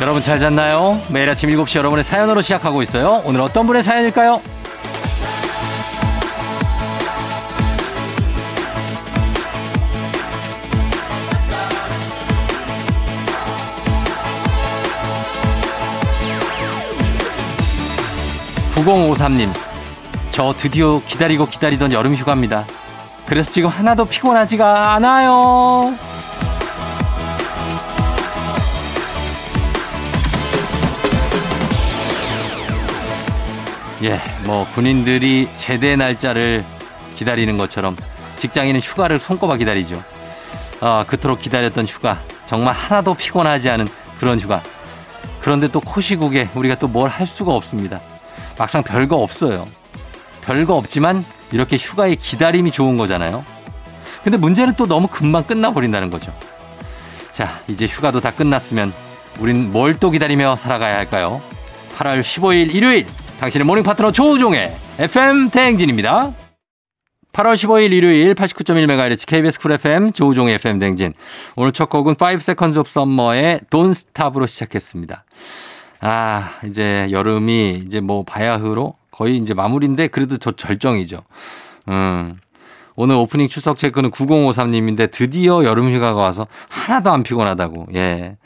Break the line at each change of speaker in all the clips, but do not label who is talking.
여러분 잘 잤나요? 매일 아침 7시 여러분의 사연으로 시작하고 있어요. 오늘 어떤 분의 사연일까요? 9053님, 저 드디어 기다리고 기다리던 여름 휴가입니다. 그래서 지금 하나도 피곤하지가 않아요. 예, 뭐 군인들이 제대 날짜를 기다리는 것처럼 직장인은 휴가를 손꼽아 기다리죠. 아, 그토록 기다렸던 휴가. 정말 하나도 피곤하지 않은 그런 휴가. 그런데 또 코시국에 우리가 또 뭘 할 수가 없습니다. 막상 별거 없어요. 별거 없지만 이렇게 휴가의 기다림이 좋은 거잖아요. 근데 문제는 또 너무 금방 끝나버린다는 거죠. 자, 이제 휴가도 다 끝났으면 우린 뭘 또 기다리며 살아가야 할까요? 8월 15일 일요일 당신의 모닝 파트너 조우종의 FM 대행진입니다. 8월 15일 일요일 89.1MHz KBS 쿨 FM 조우종의 FM 대행진. 오늘 첫 곡은 5 Seconds of Summer의 Don't Stop으로 시작했습니다. 아, 이제 여름이 이제 뭐 바야흐로 거의 이제 마무리인데 그래도 저 절정이죠. 음. 오늘 오프닝 출석 체크는 9053님인데 드디어 여름 휴가가 와서 하나도 안 피곤하다고. 예.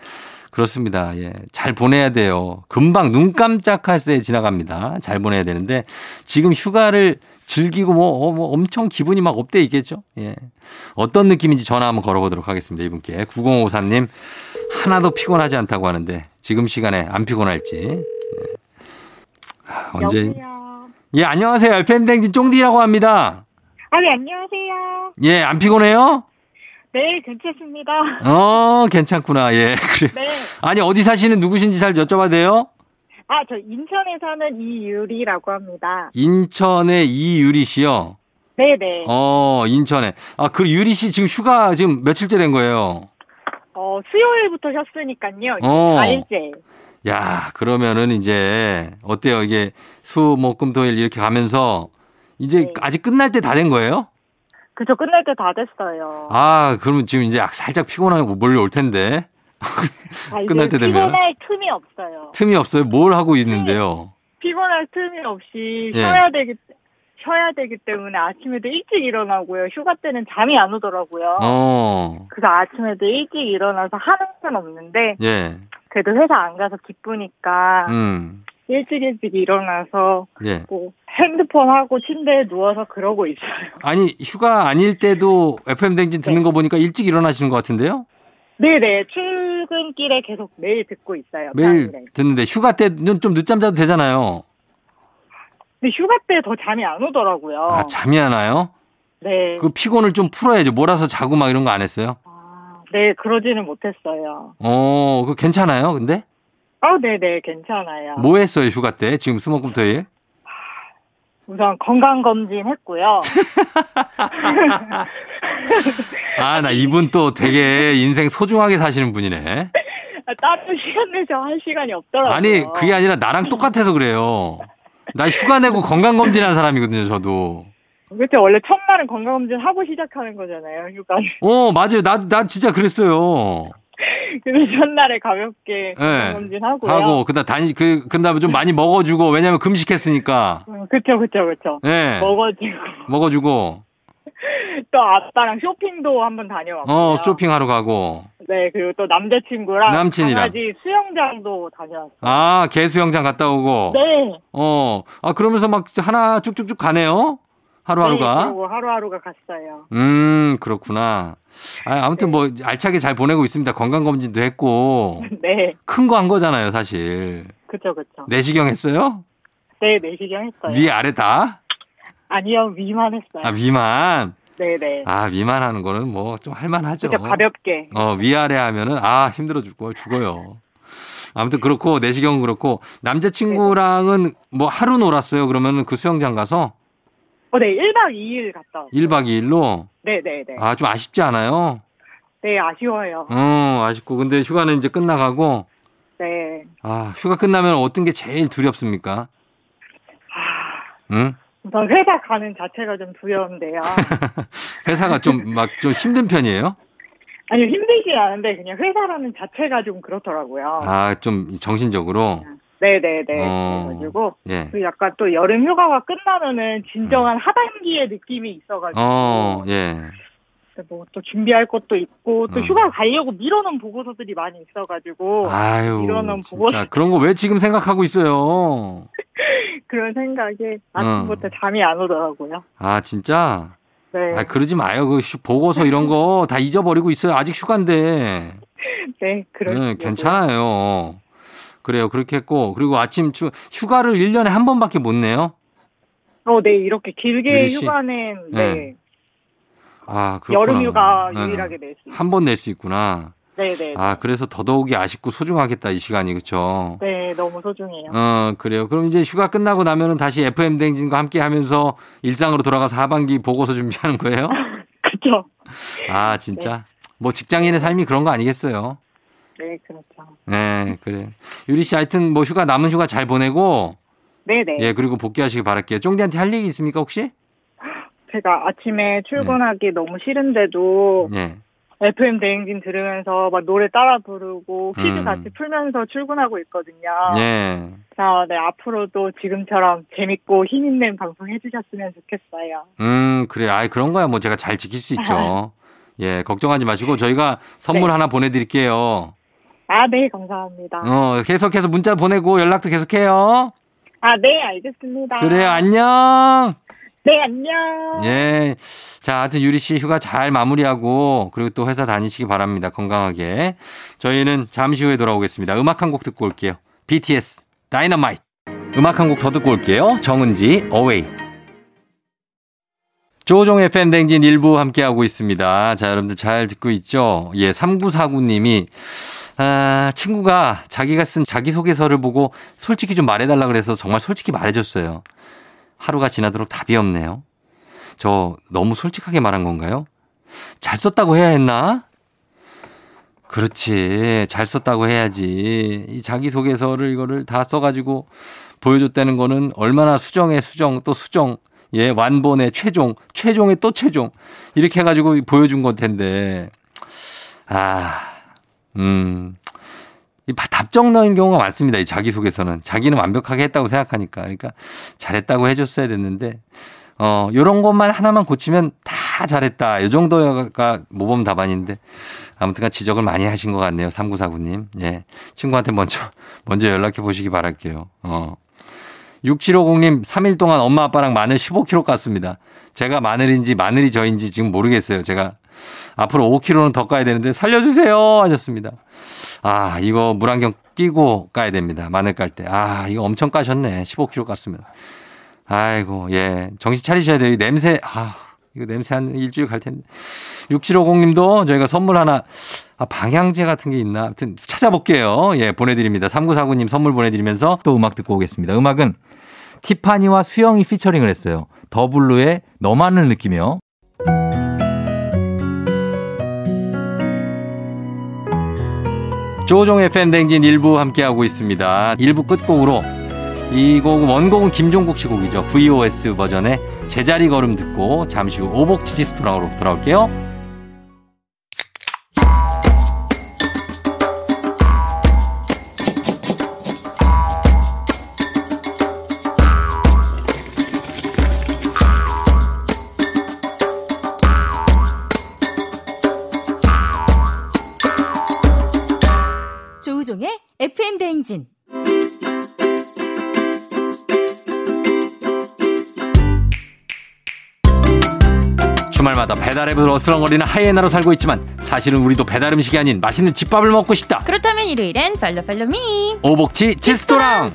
그렇습니다. 예. 잘 보내야 돼요. 금방 눈 깜짝할 새 지나갑니다. 잘 보내야 되는데 지금 휴가를 즐기고 뭐, 어, 뭐 엄청 기분이 막 업돼 있겠죠? 예. 어떤 느낌인지 전화 한번 걸어보도록 하겠습니다. 이분께. 9053님 하나도 피곤하지 않다고 하는데 지금 시간에 안 피곤할지. 예. 아, 언제.
여보세요.
예, 안녕하세요. 엘펜댕진 쫑디라고 합니다.
아, 네, 안녕하세요.
예, 안 피곤해요?
네, 괜찮습니다.
어, 괜찮구나. 예, 그래.
네.
아니, 어디 사시는 누구신지 잘 여쭤봐도 돼요?
아, 저 인천에 사는 이유리라고 합니다.
인천의 이유리 씨요.
네네. 어,
어, 인천에. 아, 그 유리 씨 지금 휴가 지금 며칠째 된 거예요?
어, 수요일부터 쉬었으니까요.
어.
알제.
야, 그러면은 이제 어때요? 이게 수, 목, 금, 토, 일 이렇게 가면서 이제
네.
아직 끝날 때 다 된 거예요?
그저 끝날 때 다 됐어요.
아, 그러면 지금 이제 약 살짝 피곤하고 몰려올 텐데.
아, 이제
끝날 때 되면?
피곤할 틈이 없어요.
틈이 없어요. 뭘 하고 있는데요?
피곤할 틈이 없이
예.
쉬어야 되기 쉬어야 되기 때문에 아침에도 일찍 일어나고요. 휴가 때는 잠이 안 오더라고요.
어,
그래서 아침에도 일찍 일어나서 하는 건 없는데
예,
그래도 회사 안 가서 기쁘니까
음,
일찍 일찍 일어나서
예.
뭐 핸드폰 하고 침대에 누워서 그러고 있어요.
아니 휴가 아닐 때도 FM 댕진 듣는 거 보니까 일찍 일어나시는 것 같은데요?
네네 출근길에 계속 매일 듣고 있어요.
매일
밤에.
듣는데 휴가 때는 좀 늦잠 자도 되잖아요.
근데 휴가 때 더 잠이 안 오더라고요.
아 잠이 안 와요?
네.
그 피곤을 좀 풀어야죠. 몰아서 자고 막 이런 거 안 했어요?
아, 네 그러지는 못했어요.
어, 그 괜찮아요. 근데
아 네네 괜찮아요.
뭐 했어요 휴가 때? 지금 수목금토일?
우선 건강 검진 했고요.
아 나 이분 또 되게 인생 소중하게 사시는 분이네.
아, 따로 시간 내서 할 시간이 없더라고요.
아니 그게 아니라 나랑 똑같아서 그래요. 나 휴가 내고 건강 검진한 사람이거든요. 저도.
그때 원래 첫날은 건강 검진 하고 시작하는 거잖아요. 휴가.
어 맞아요. 나나 진짜 그랬어요.
그래서 첫날에
네.
가볍게 건강 검진 하고요. 네.
하고 그다음 다니 그 그다음에 좀 많이 먹어주고 왜냐면 금식했으니까
음, 그쵸 그쵸 그쵸.
예
먹어지고
먹어주고
또 아빠랑 쇼핑도 한번 다녀왔고.
어 쇼핑하러 가고
네, 그리고 또 남자친구랑
남친이랑.
강아지 수영장도 다녀왔어요.
아 개수영장 갔다 오고
네.
어아 그러면서 막 하나 쭉쭉쭉 가네요
네,
하루하루가
그리고 하루하루가 갔어요.
음 그렇구나 아, 아무튼 뭐 알차게 잘 보내고 있습니다 건강 검진도 했고
네.
큰 거 한 거잖아요 사실
그쵸, 그쵸.
내시경 했어요
네, 네. 내시경 했어요.
네. 위 아래 다
아니요, 위만 했어요.
아, 위만
네네.
아 위만 하는 거는 뭐 좀 할만하죠
진짜 가볍게.
어, 위아래 하면은, 아, 힘들어 죽고, 죽어요. 아무튼 그렇고, 내시경 그렇고, 남자친구랑은 뭐 하루 놀았어요. 그러면 그 수영장 가서
어, 네, 1박 2일 갔다 왔어요.
1박 2일로.
네네네.
아, 좀 아쉽지 않아요?
네, 아쉬워요.
어, 아쉽고. 근데 휴가는 이제 끝나가고,
네.
아, 휴가 끝나면 어떤 게 제일 두렵습니까? 응?
우선 회사 가는 자체가 좀 두려운데요.
회사가 좀 막 좀 힘든 편이에요?
아니 힘들진 않은데 그냥 회사라는 자체가 좀 그렇더라고요.
아, 좀 정신적으로.
네네네.
어.
그래가지고
예.
그 약간 또 여름 휴가가 끝나면은 진정한 하반기의 느낌이
음.
있어가지고
어, 예.
뭐 또 준비할 것도 있고 또
음.
휴가 가려고 밀어놓은 보고서들이 많이 있어가지고
아유.
이러는 보고-
진짜 그런 거 왜 지금 생각하고 있어요?
그런 생각에 아침부터
음.
잠이 안 오더라고요.
아, 진짜?
네,
아, 그러지 마요. 그 휴- 보고서 이런 거 다 잊어버리고 있어요. 아직 휴가인데.
네, 그런.
네, 괜찮아요. 그래요. 그렇게 했고. 그리고 아침 추, 휴가를 1년에 한 번밖에 못 내요?
어, 네, 이렇게 길게
유리 씨.
휴가는
네.
네,
아, 그렇구나.
여름 휴가
네.
유일하게 낼 수 있어요.
한 번 낼 수 있구나.
네, 네,
아, 그래서 더더욱이 아쉽고 소중하겠다, 이 시간이. 그쵸?
네, 너무 소중해요.
어, 그래요. 그럼 이제 휴가 끝나고 나면은 다시 FM댕진과 함께 하면서 일상으로 돌아가서 하반기 보고서 준비하는 거예요?
그렇죠.
아, 진짜? 뭐 직장인의 삶이 그런 거 아니겠어요?
네, 그렇죠.
네, 그래. 유리 씨, 하여튼 뭐 휴가, 남은 휴가 잘 보내고,
네, 네.
예, 그리고 복귀하시길 바랄게요. 쫑디한테 할 얘기 있습니까, 혹시?
제가
네.
아침에 출근하기 너무 싫은데도
예.
FM 대행진 들으면서 막 노래 따라 부르고 퀴즈
음.
같이 풀면서 출근하고 있거든요.
예.
자, 네, 앞으로도 지금처럼 재밌고 힘있는 방송 해주셨으면 좋겠어요.
음, 그래. 아이, 그런 거야. 뭐 제가 잘 지킬 수 있죠. 예, 걱정하지 마시고 저희가 선물
네.
하나 보내드릴게요.
아, 네, 감사합니다.
어, 계속해서 문자 보내고 연락도 계속해요.
아, 네, 알겠습니다.
그래요. 안녕.
네, 안녕.
예. 자, 하여튼 유리 씨 휴가 잘 마무리하고 그리고 또 회사 다니시기 바랍니다. 건강하게. 저희는 잠시 후에 돌아오겠습니다. 음악 한 곡 듣고 올게요. BTS 다이너마이트. 음악 한 곡 더 듣고 올게요. 정은지 어웨이. 조종의 팬댕진 일부 함께하고 있습니다. 자, 여러분들 잘 듣고 있죠? 예, 3949님이 아, 친구가 자기가 쓴 자기소개서를 보고 솔직히 좀 말해달라 그래서 정말 솔직히 말해줬어요. 하루가 지나도록 답이 없네요. 저 너무 솔직하게 말한 건가요? 잘 썼다고 해야 했나? 그렇지. 잘 썼다고 해야지. 이 자기소개서를 이거를 다 써가지고 보여줬다는 거는 얼마나 수정에 수정 또 수정. 예, 완본에 최종, 최종에 또 최종. 이렇게 해가지고 보여준 것 텐데. 아, 음. 이 바- 답정 넣은 경우가 많습니다. 이 자기소개서는. 자기는 완벽하게 했다고 생각하니까. 그러니까 잘했다고 해줬어야 됐는데 어, 요런 것만 하나만 고치면 다 잘했다. 요 정도가 모범 답안인데. 아무튼간 지적을 많이 하신 것 같네요. 3949님. 예. 친구한테 먼저, 먼저 연락해 보시기 바랄게요. 어. 6750님, 3일 동안 엄마 아빠랑 마늘 15kg 깠습니다. 제가 마늘인지 마늘이 저인지 지금 모르겠어요. 제가 앞으로 5kg는 더 까야 되는데 살려주세요 하셨습니다. 아, 이거 물안경 끼고 까야 됩니다. 마늘 깔 때. 아, 이거 엄청 까셨네. 15kg 깠으면. 아이고, 예. 정신 차리셔야 돼요. 이 냄새, 아, 이거 냄새 한 일주일 갈 텐데. 6750님도 저희가 선물 하나, 아, 방향제 같은 게 있나? 아무튼 찾아볼게요. 예, 보내드립니다. 3949님 선물 보내드리면서 또 음악 듣고 오겠습니다. 음악은 티파니와 수영이 피처링을 했어요. 더블루의 너만을 느끼며. 조종의 팬댕진 일부 함께하고 있습니다. 일부 끝곡으로 이 곡은 원곡은 김종국 씨 곡이죠. VOS 버전의 제자리 걸음 듣고 잠시 후 오복치집 돌아오로 돌아올게요.
조우종의 FM 대행진.
주말마다 배달앱을 어슬렁거리는 하이에나로 살고 있지만 사실은 우리도 배달 음식이 아닌 맛있는 집밥을 먹고 싶다.
그렇다면 일요일엔 팔로 팔로 미.
오복치 칩스토랑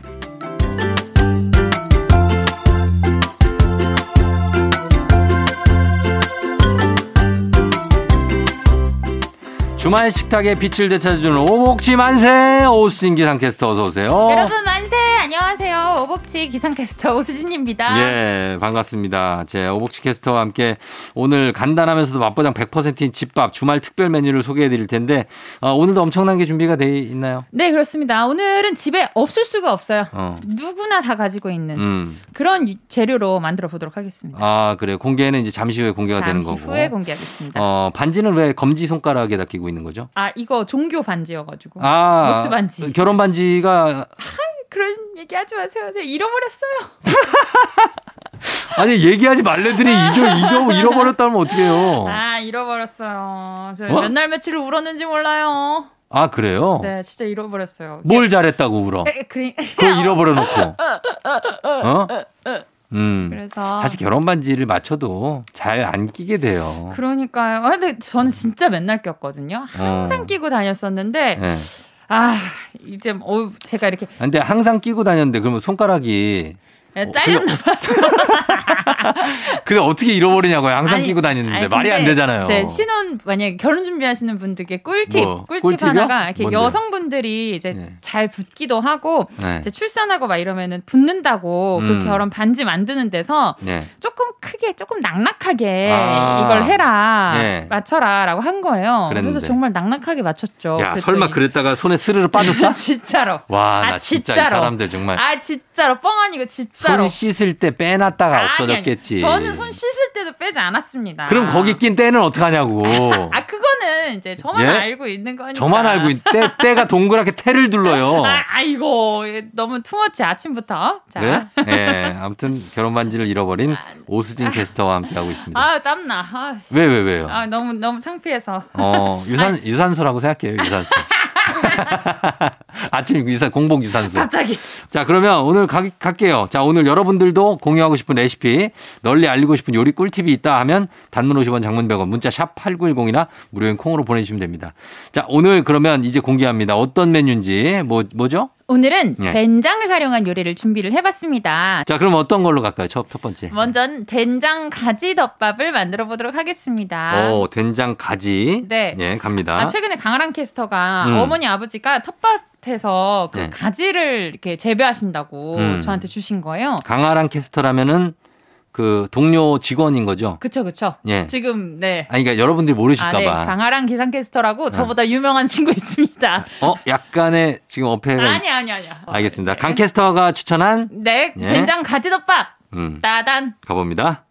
주말 식탁에 빛을 되찾아주는 오복치 만세 오신기상 캐스터 어서 오세요.
여러분 만세 안녕하세요. 오복지 기상캐스터 오수진입니다.
예, 반갑습니다. 제 오복치 캐스터와 함께 오늘 간단하면서도 맛보장 100%인 집밥 주말 특별 메뉴를 소개해 드릴 텐데 어, 오늘도 엄청난 게 준비가 돼 있나요?
네, 그렇습니다. 오늘은 집에 없을 수가 없어요.
어.
누구나 다 가지고 있는
음.
그런 유- 재료로 만들어 보도록 하겠습니다.
아, 그래. 공개는 이제 잠시 후에 공개가 어, 되는
잠시
거고.
후에 공개하겠습니다.
어, 반지는 왜 검지 손가락에다 끼고 있는 거죠?
아, 이거 종교 반지여가지고.
아,
어, 목주 반지.
결혼 반지가
그런 얘기 하지 마세요. 제가 잃어버렸어요.
아니 얘기하지 말래더니 잊어 잊어 잃어버렸다면 어떡해요?
아, 잃어버렸어요. 저
어?
몇 날 며칠을 울었는지 몰라요.
아 그래요?
네, 진짜 잃어버렸어요.
뭘 잘했다고 울어?
에, 그래-
그걸 잃어버려놓고. 어? 음.
그래서
사실 결혼 반지를 맞춰도 잘 안 끼게 돼요.
그러니까요. 아, 근데 저는 진짜 맨날 꼈거든요. 항상
어.
끼고 다녔었는데
예.
아 이제 어 제가 이렇게
근데 항상 끼고 다녔는데 그러면 손가락이
에,
어,
잘렸나 봐요.
근데 어떻게 잃어버리냐고요? 항상
아니,
끼고 다녔는데
아니,
말이 안
근데
되잖아요.
이제 신혼 만약에 결혼 준비하시는 분들께 꿀팁
뭐,
꿀팁
꿀팁이요?
하나가 이렇게
뭔데요?
여성분들이 이제
네.
잘 붙기도 하고
네.
이제 출산하고 막 이러면은 붙는다고
음.
그 결혼 반지 만드는 데서
네.
조금 크게 조금 낙낙하게
아.
이걸 해라
네.
맞춰라라고 한 거예요. 그래서
그랬는데.
정말 낙낙하게 맞췄죠.
야
그랬더니
설마 그랬다가 손에 스르르 빠졌다?
진짜로.
와
아,
나 진짜 이
진짜로.
사람들 정말
아 진짜로 뻥 아니고 진짜로.
손 씻을 때 빼놨다가
아니, 아니.
없어졌겠지.
저는 손 씻을 때도 빼지 않았습니다.
그럼 거기 낀 때는 어떡하냐고.
아 그거는 이제 저만
예?
알고 있는 거니까.
저만 알고 있, 때, 때가 동그랗게 태를 둘러요.
아, 아이고 너무 투머치 아침부터. 자.
그래? 예. 아무튼 결혼 반지를 잃어버린 오수진 캐스터와 함께하고 있습니다.
아 땀나. 아,
왜, 왜, 왜요?
아, 너무 너무 창피해서.
어, 유산, 유산소라고 생각해요, 유산소. 아침 유산, 공복 유산소.
갑자기.
자, 그러면 오늘 가, 갈게요. 자, 오늘 여러분들도 공유하고 싶은 레시피, 널리 알리고 싶은 요리 꿀팁이 있다 하면 단문 50원 장문 100원 문자 샵 8910이나 무료인 콩으로 보내주시면 됩니다. 자, 오늘 그러면 이제 공개합니다. 어떤 메뉴인지, 뭐, 뭐죠?
오늘은
예.
된장을 활용한 요리를 준비를 해봤습니다.
자, 그럼 어떤 걸로 갈까요? 첫, 첫 번째.
먼저 된장 가지 덮밥을 만들어 보도록 하겠습니다.
어, 된장 가지.
아. 네.
예, 갑니다.
아, 최근에 강아랑 캐스터가
음.
어머니 아버지가 텃밭에서 그
네.
가지를 이렇게 재배하신다고
음.
저한테 주신 거예요.
강아랑 캐스터라면은 그 동료 직원인 거죠?
그쵸 그쵸.
예.
지금 네.
아니, 그러니까 여러분들이
아,
모르실까봐.
네. 강아랑 기상캐스터라고 저보다 유명한 친구 있습니다.
어, 약간의 지금 어폐가. 있-
아니 아니 아니야.
네. 알겠습니다. 강 캐스터가 추천한,
네,
예.
된장 가지덮밥.
음,
따단.
가봅니다.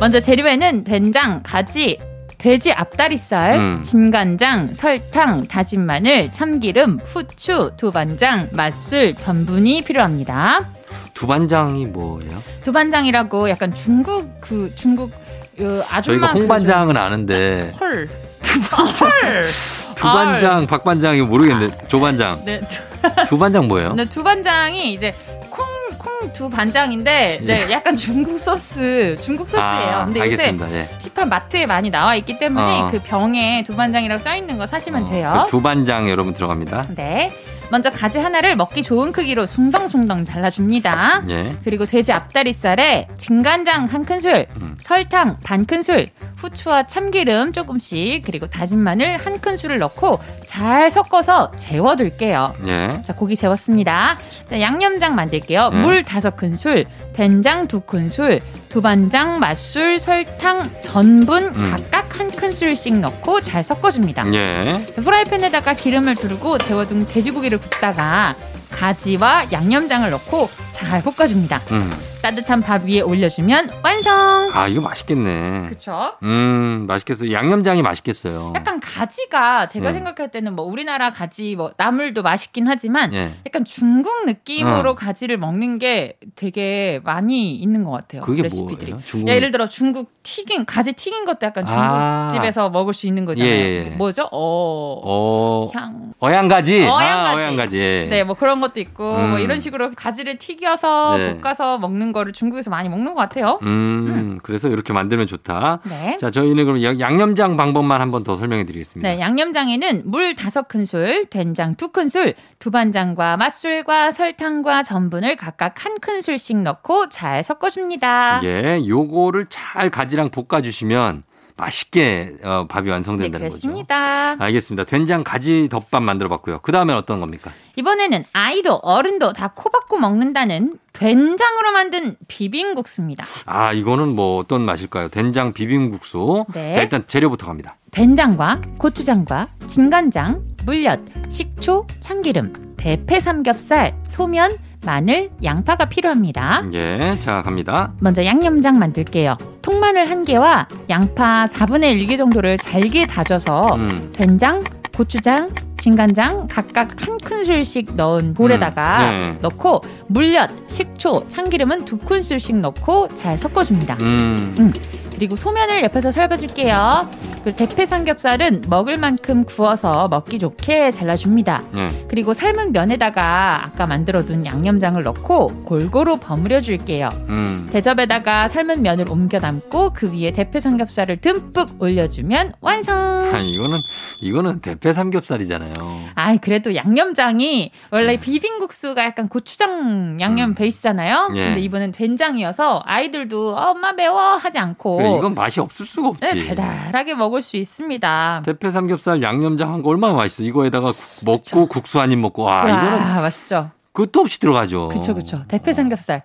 먼저 재료에는 된장, 가지, 돼지 앞다리살,
음.
진간장, 설탕, 다진 마늘, 참기름, 후추, 두반장, 맛술, 전분이 필요합니다.
두반장이 뭐예요?
두반장이라고 약간 중국 그 중국 그 아줌마
저희가 홍반장은 아, 아는데
그 좀- 헐. 헐.
두반장, 박반장이 모르겠는데 조반장,
아, 네, 두,
두반장 뭐예요?
네, 두반장이 이제 콩 콩 두 반장인데 네, 약간 중국 소스, 중국 소스예요.
예. 아,
근데 요새
알겠습니다. 예.
시판 마트에 많이 나와 있기 때문에
어.
그 병에 두반장이라고 써 있는 거 사시면
어,
돼요.
그 두반장 여러분 들어갑니다.
네. 먼저 가지 하나를 먹기 좋은 크기로 숭덩숭덩 잘라줍니다.
예.
그리고 돼지 앞다리살에 진간장 한 큰술,
음.
설탕 반 큰술, 후추와 참기름 조금씩, 그리고 다진 마늘 한 큰술을 넣고 잘 섞어서 재워둘게요.
예.
자, 고기 재웠습니다. 자, 양념장 만들게요.
네.
물 다섯 큰술, 된장 두 큰술, 두반장, 맛술, 설탕, 전분
음.
각각 한 큰술씩 넣고 잘 섞어줍니다.
예.
자, 프라이팬에다가 기름을 두르고 재워둔 돼지고기를 굽다가 가지와 양념장을 넣고 잘 볶아줍니다.
음.
따뜻한 밥 위에 올려주면 완성.
아, 이거 맛있겠네.
그쵸?
음, 맛있겠어요. 양념장이 맛있겠어요.
약간 가지가 제가
네.
생각할 때는 뭐 우리나라 가지 뭐 나물도 맛있긴 하지만
예.
약간 중국 느낌으로
어.
가지를 먹는 게 되게 많이 있는 것 같아요.
그게
레시피들이.
뭐예요? 중국.
야, 예를 들어 중국 튀긴 가지 튀긴 것도 약간
아.
중국집에서 먹을 수 있는 거잖아요.
예, 예, 예.
뭐죠? 어,
어,
향.
어양가지.
어양가지.
아, 어양가지. 예.
네, 뭐 그런 것도 있고 뭐
음.
이런 식으로 가지를 튀겨서
네.
볶아서 먹는 거를 중국에서 많이 먹는 것 같아요.
음, 그래서 이렇게 만들면 좋다.
네.
자, 저희는 그럼 양- 양념장 방법만 한 번 더 설명해 드리겠습니다.
네, 양념장에는 물 다섯 큰술, 된장 두 큰술, 두반장과 맛술과 설탕과 전분을 각각 한 큰술씩 넣고 잘 섞어줍니다.
예, 요거를 잘 가지랑 볶아주시면 맛있게 어, 밥이
네,
완성된다는 거죠.
그렇습니다.
알겠습니다. 된장 가지 덮밥 만들어 봤고요. 그 다음엔 어떤 겁니까?
이번에는 아이도 어른도 다 코박고 먹는다는 된장으로 만든 비빔국수입니다.
아, 이거는 뭐 어떤 맛일까요? 된장 비빔국수.
네.
자, 일단 재료부터 갑니다.
된장과 고추장과 진간장, 물엿, 식초, 참기름, 대패 삼겹살, 소면, 마늘, 양파가 필요합니다.
예, 자, 갑니다.
먼저 양념장 만들게요. 통마늘 한개와 양파 4분의 1개 정도를 잘게 다져서
음.
된장, 고추장, 진간장 각각 한 큰술씩 넣은 볼에다가
음, 네.
넣고 물엿, 식초, 참기름은 두 큰술씩 넣고 잘 섞어줍니다.
음.
그리고 소면을 옆에서 삶아줄게요. 그리고 대패 삼겹살은 먹을 만큼 구워서 먹기 좋게 잘라줍니다.
예.
그리고 삶은 면에다가 아까 만들어둔 양념장을 넣고 골고루 버무려줄게요.
음.
대접에다가 삶은 면을 옮겨 담고 그 위에 대패 삼겹살을 듬뿍 올려주면
아,
완성.
이거는 이거는 대패 삼겹살이잖아요.
아, 그래도 양념장이 원래
음.
비빔국수가 약간 고추장 양념
음.
베이스잖아요.
예.
근데 이번엔 된장이어서 아이들도 어, 엄마 매워 하지 않고
그래, 이건 맛이 없을 수가 없지.
네, 달달하게 먹을 수 있습니다.
대패 삼겹살 양념장 한 거 얼마나 맛있어. 이거에다가 국- 먹고 국수 한 입 먹고 와
그렇죠. 와,
아, 이거는
맛있죠.
끝도 없이 들어가죠.
그쵸 그쵸. 대패 삼겹살.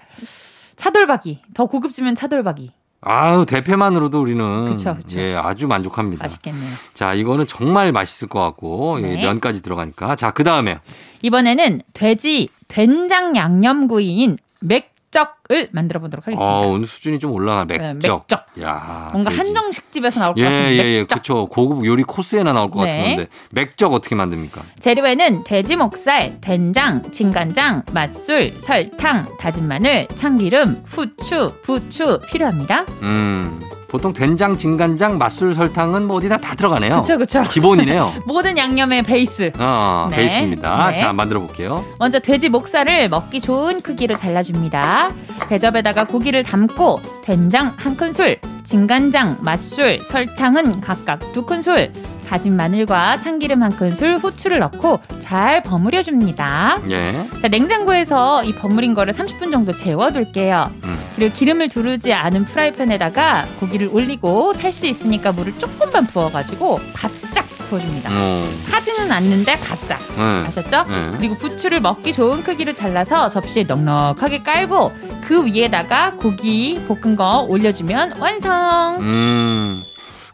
차돌박이. 더 고급지면 차돌박이.
아우 대패만으로도 우리는
그쵸, 그쵸.
예 아주 만족합니다.
맛있겠네요.
자 이거는 정말 맛있을 것 같고 예,
네.
면까지 들어가니까 자그 다음에
이번에는 돼지 된장 양념구이인 맥적을 만들어 보도록 하겠습니다.
어, 오늘 수준이 좀 올라가
네,
맥적.
맥적.
야
뭔가
아, 돼지.
한정식집에서 나올 것
예,
같은
예, 예,
맥적.
그렇죠. 고급 요리 코스에나 나올 것 같은
네.
건데 맥적 어떻게 만듭니까?
재료에는 돼지 목살, 된장, 진간장, 맛술, 설탕, 다진 마늘, 참기름, 후추, 부추 필요합니다.
음, 보통 된장, 진간장, 맛술, 설탕은 뭐 어디나 다 들어가네요.
그쵸 그쵸.
기본이네요.
모든 양념의 베이스.
어,
네.
베이스입니다.
네.
자, 만들어 볼게요.
먼저 돼지 목살을 먹기 좋은 크기로 잘라줍니다. 대접에다가 고기를 담고 된장 한 큰술, 진간장, 맛술, 설탕은 각각 두 큰술, 다진 마늘과 참기름 한 큰술, 후추를 넣고 잘 버무려줍니다.
예.
자, 냉장고에서 이 버무린 거를 30분 정도 재워둘게요.
음.
그리고 기름을 두르지 않은 프라이팬에다가 고기를 올리고 탈 수 있으니까 물을 조금만 부어가지고 바짝 구워줍니다.
어,
타지는 않는데 바짝.
예.
아셨죠?
예.
그리고 부추를 먹기 좋은 크기로 잘라서 접시에 넉넉하게 깔고 그 위에다가 고기 볶은 거 올려주면 완성.
음,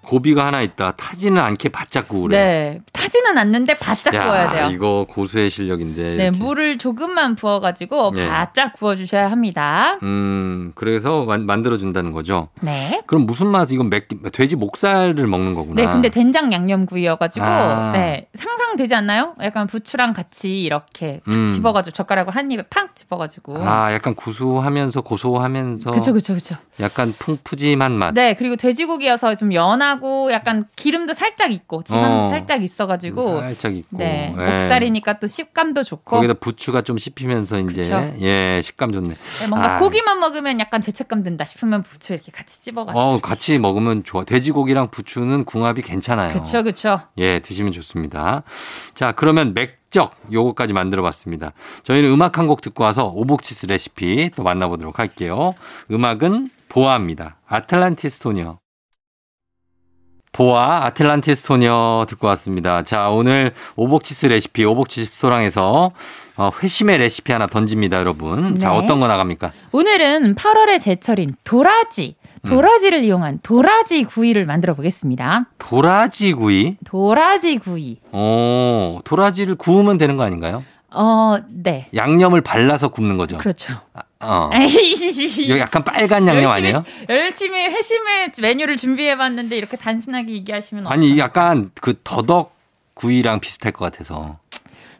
고비가 하나 있다. 타지는 않게 바짝 구우래.
네, 타지는 않는데 바짝 구워야 돼요.
이거 고수의 실력인데.
네,
이렇게.
물을 조금만 부어가지고
네.
바짝 구워주셔야 합니다.
음, 그래서 만, 만들어준다는 거죠.
네.
그럼 무슨 맛? 이건 맥, 돼지 목살을 먹는 거구나.
네, 근데 된장 양념구이여가지고
아.
네 상상되지 않나요? 약간 부추랑 같이 이렇게 팍
음.
집어가지고 젓가락을 한 입에 팍 집어가지고.
아, 약간 구수하면서 고소하면서
그쵸, 그쵸, 그쵸.
약간 풍푸짐한 맛.
네, 그리고 돼지고기여서 좀 연하고 약간 기름도 살짝 있고 지방도
어.
살짝 있어가지고
살짝 있고.
네,
예.
목살이니까 또 식감도 좋고
거기다 부추가 좀 씹히면서 이제
그쵸.
예 식감 좋네.
네, 뭔가
아.
고기만 먹으면 약간 죄책감 든다 싶으면 부추 이렇게 같이 집어가지고
어 같이 먹으면 좋아. 돼지고기랑 부추는 궁합이 괜찮아요.
그쵸 그쵸
예 드시면 좋습니다. 자 그러면 맥적 요거까지 만들어봤습니다. 저희는 음악 한 곡 듣고 와서 오복치스 레시피 또 만나보도록 할게요. 음악은 보아입니다. 아틀란티스 소녀. 보아 아틀란티스 소녀 듣고 왔습니다. 자 오늘 오복치스 레시피 오복치스 소랑에서 어, 회심의 레시피 하나 던집니다, 여러분. 자
네.
어떤 거 나갑니까?
오늘은 8월의 제철인 도라지
음.
도라지를 이용한 도라지 구이를 만들어 보겠습니다
도라지 구이.
도라지 구이
어, 도라지를 구우면 되는 거 아닌가요?
어네
양념을 발라서 굽는 거죠.
그렇죠
어.
에이씨.
여기 약간 빨간 양념
열심히-
아니에요?
열심히 회심의 메뉴를 준비해봤는데 이렇게 단순하게 얘기하시면
아니 약간 그 더덕 구이랑 비슷할 것 같아서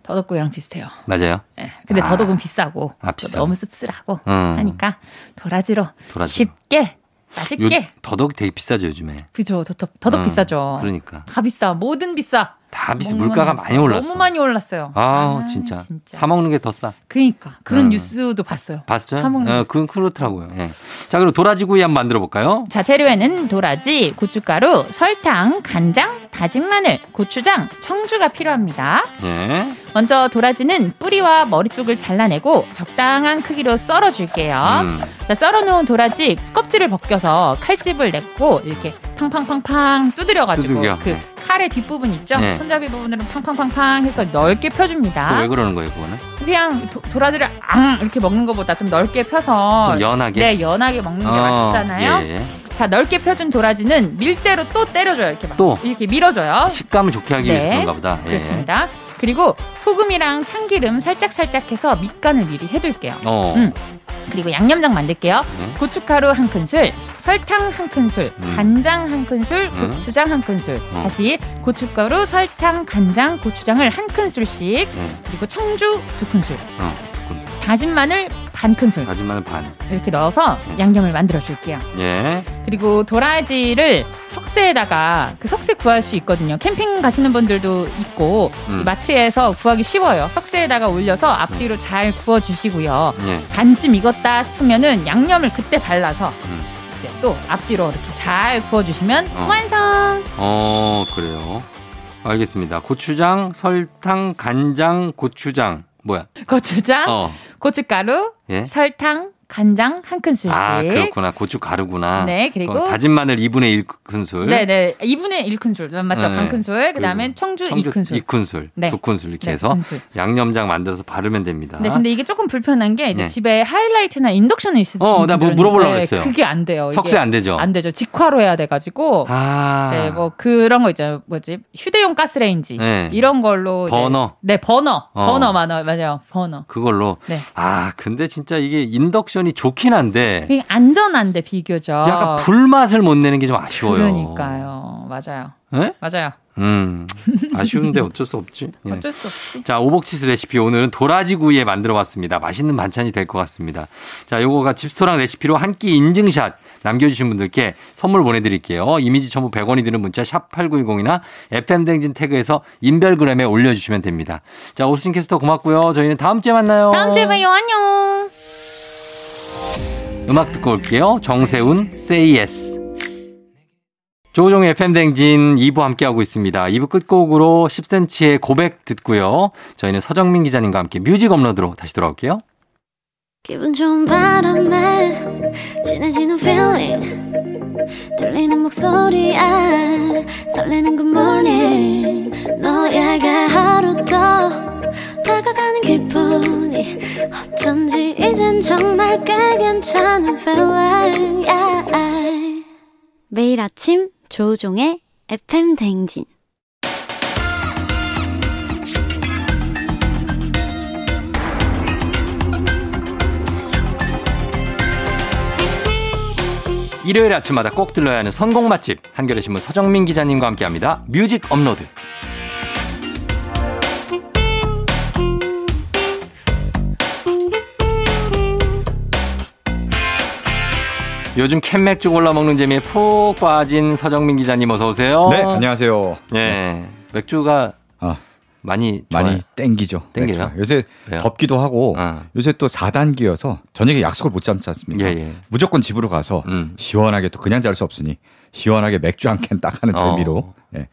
더덕구이랑 비슷해요
맞아요?
예, 근데
아.
더덕은 비싸고
아,
또
비싸고.
너무 씁쓸하고
음.
하니까 도라지로
도라지로.
쉽게
요
맛있게
더덕이 되게 비싸죠 요즘에.
그죠 더덕, 더덕
음,
비싸죠
그러니까
다 비싸 뭐든 비싸
다 비싸.
먹는
물가가
건 비싸.
많이 올랐어.
너무 많이 올랐어요 그러니까
아, 진짜. 사 먹는 게 더 싸.
그니까 그런
음.
뉴스도 봤어요
봤어요?
사 먹는
어,
거.
그건 그렇더라고요. 예. 자, 그럼 도라지 구이 한번 만들어 볼까요?
자 재료에는 도라지 고춧가루 설탕 간장 다진 마늘 고추장 청주가 필요합니다
예.
먼저 도라지는 뿌리와 머리 쪽을 잘라내고 적당한 크기로 썰어줄게요
음.
자, 썰어놓은 도라지 껍질을 벗겨서 칼집을 냈고 이렇게 팡팡팡팡 두드려가지고
두들겨.
그
네.
칼의 뒷부분 있죠?
네.
손잡이 부분으로 팡팡팡팡 해서 넓게
그거 왜
펴줍니다.
그러는 거예요, 그거는?
그냥 도, 도라지를 앙 이렇게 먹는 것보다 좀 넓게 펴서
좀 연하게. 어,
네 연하게 먹는 게 맛있잖아요.
예, 예.
자 넓게 펴준 도라지는 밀대로 또 때려줘요. 이렇게 막
또?
이렇게 밀어줘요.
식감을 좋게 하기 위해서
네.
그런가 보다. 예.
그렇습니다. 그리고 소금이랑 참기름 살짝살짝 해서 밑간을 미리 해둘게요.
어.
음. 그리고 양념장 만들게요.
네.
고춧가루 한 큰술, 설탕 한 큰술,
음.
간장 한 큰술,
음.
고추장 한 큰술.
음.
다시 고춧가루, 설탕, 간장, 고추장을 한 큰술씩.
네.
그리고 청주 두 큰술,
어. 아. 조금.
다진 마늘 반 큰술
다진마늘 반.
이렇게 넣어서
음.
양념을 만들어 줄게요.
예.
그리고 도라지를 석쇠에다가 그 석쇠 구할 수 있거든요. 캠핑 가시는 분들도 있고
음.
이 마트에서 구하기 쉬워요. 석쇠에다가 올려서 앞뒤로
음.
잘 구워 주시고요.
예.
반쯤 익었다 싶으면은 양념을 그때 발라서
음.
이제 또 앞뒤로 이렇게 잘 구워주시면
어.
완성.
어, 그래요. 알겠습니다. 고추장, 설탕, 간장, 고추장. 뭐야?
고추장,
어.
고춧가루,
예.
설탕, 간장 한 큰술씩.
아, 그렇구나. 고추 가루구나.
네, 그리고
어, 다진 마늘 2분의 1 큰술.
네네 2분의 1큰술 맞죠?
네,
반
네.
큰술. 그다음에 청주
청주
2큰술.
2큰술.
네.
2큰술 이렇게
네,
해서
큰술.
양념장 만들어서 바르면 됩니다.
네, 근데 이게 조금 불편한 게 이제
네.
집에 하이라이트나 인덕션이 있으신
어, 나 뭐
분들은
물어보려고
네,
했어요.
그게 안 돼요. 이게
석쇠 안 되죠?
안 되죠. 직화로 해야 돼가지고.
아.
네, 뭐 그런 거 있잖아요. 뭐지? 휴대용 가스레인지
네.
이런 걸로 이제-
버너.
네, 버너.
어.
버너 많아 맞아요. 버너.
그걸로.
네.
아, 근데 진짜 이게 인덕션이 좋긴 한데
그게 안전한데 비교적.
약간 불맛을 못 내는 게 좀 아쉬워요.
그러니까요. 맞아요.
예?
맞아요.
음. 아쉬운데 어쩔 수 없지. 예.
어쩔 수 없지.
자, 오복치즈 레시피 오늘은 도라지구이에 만들어 봤습니다. 맛있는 반찬이 될 것 같습니다. 자, 요거가 집스토랑 레시피로 한 끼 인증샷 남겨주신 분들께 선물 보내드릴게요. 이미지 첨부 100원이 드는 문자 샵8910이나 FM댕진 태그에서 인별그램에 올려주시면 됩니다. 자, 오스틴 캐스터 고맙고요. 저희는 다음 주에 만나요.
다음 주에 봐요. 안녕.
음악 듣고 올게요. 정세훈, Say Yes. 조종의 팬댕진 2부 함께하고 있습니다. 2부 끝곡으로 10cm의 고백 듣고요. 저희는 서정민 기자님과 함께 뮤직 업로드로 다시 돌아올게요.
기분 좋은 바람에 진해지는 feeling 들리는 목소리에 설레는 good morning 너에게 하루 더 다가가는 기분이 어쩐지 이젠 정말 꽤 괜찮은 feeling yeah. 매일 아침 조우종의 FM 댕진
일요일 아침마다 꼭 들러야 하는 선곡 맛집 한겨레신문 서정민 기자님과 함께합니다. 뮤직 업로드. 요즘 캔맥주 골라 먹는 재미에 푹 빠진 서정민 기자님 어서 오세요.
네, 안녕하세요.
예. 맥주가
아,
많이
많이
좋아요.
땡기죠.
땡겨요?
맥주가. 요새
왜요?
덥기도 하고
어.
요새 또 4단기여서 저녁에 약속을 못 잡지 않습니까?
예, 예.
무조건 집으로 가서
음.
시원하게 또 그냥 잘 수 없으니 시원하게 맥주 한 캔 딱 하는
어.
재미로. 예.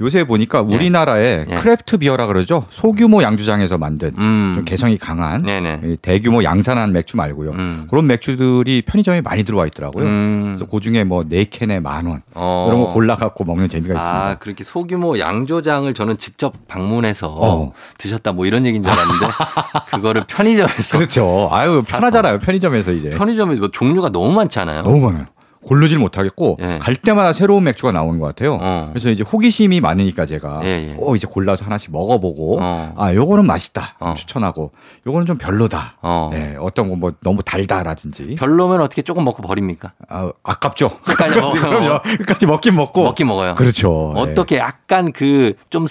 요새 보니까 우리나라에
예.
크래프트 비어라 그러죠. 소규모 양조장에서 만든
음.
좀 개성이 강한
네네.
이 대규모 양산한 맥주 말고요.
음.
그런 맥주들이 편의점에 많이 들어와 있더라고요.
음.
그래서 그 중에 뭐 네 캔에 만 원.
어.
이런 거 골라 갖고 먹는 재미가
아,
있습니다.
그렇게 소규모 양조장을 저는 직접 방문해서
어.
드셨다 뭐 이런 얘기인 줄 알았는데 그거를 편의점에서
그렇죠. 아유, 편하잖아요. 편의점에서 이제.
편의점에 뭐 종류가 너무 많잖아요.
너무 많아요. 고르질 못하겠고
예.
갈 때마다 새로운 맥주가 나오는 것 같아요.
어.
그래서 이제 호기심이 많으니까 제가
예, 예.
어, 이제 골라서 하나씩 먹어보고
어.
아 요거는 맛있다
어.
추천하고 요거는 좀 별로다.
어.
어. 어떤 거 뭐 너무 달다라든지
별로면 어떻게 조금 먹고 버립니까?
아, 아깝죠.
끝까지 먹-
그럼요. 끝까지 먹긴 먹고
어. 먹긴 먹어요.
그렇죠. 예.
어떻게 약간 그 좀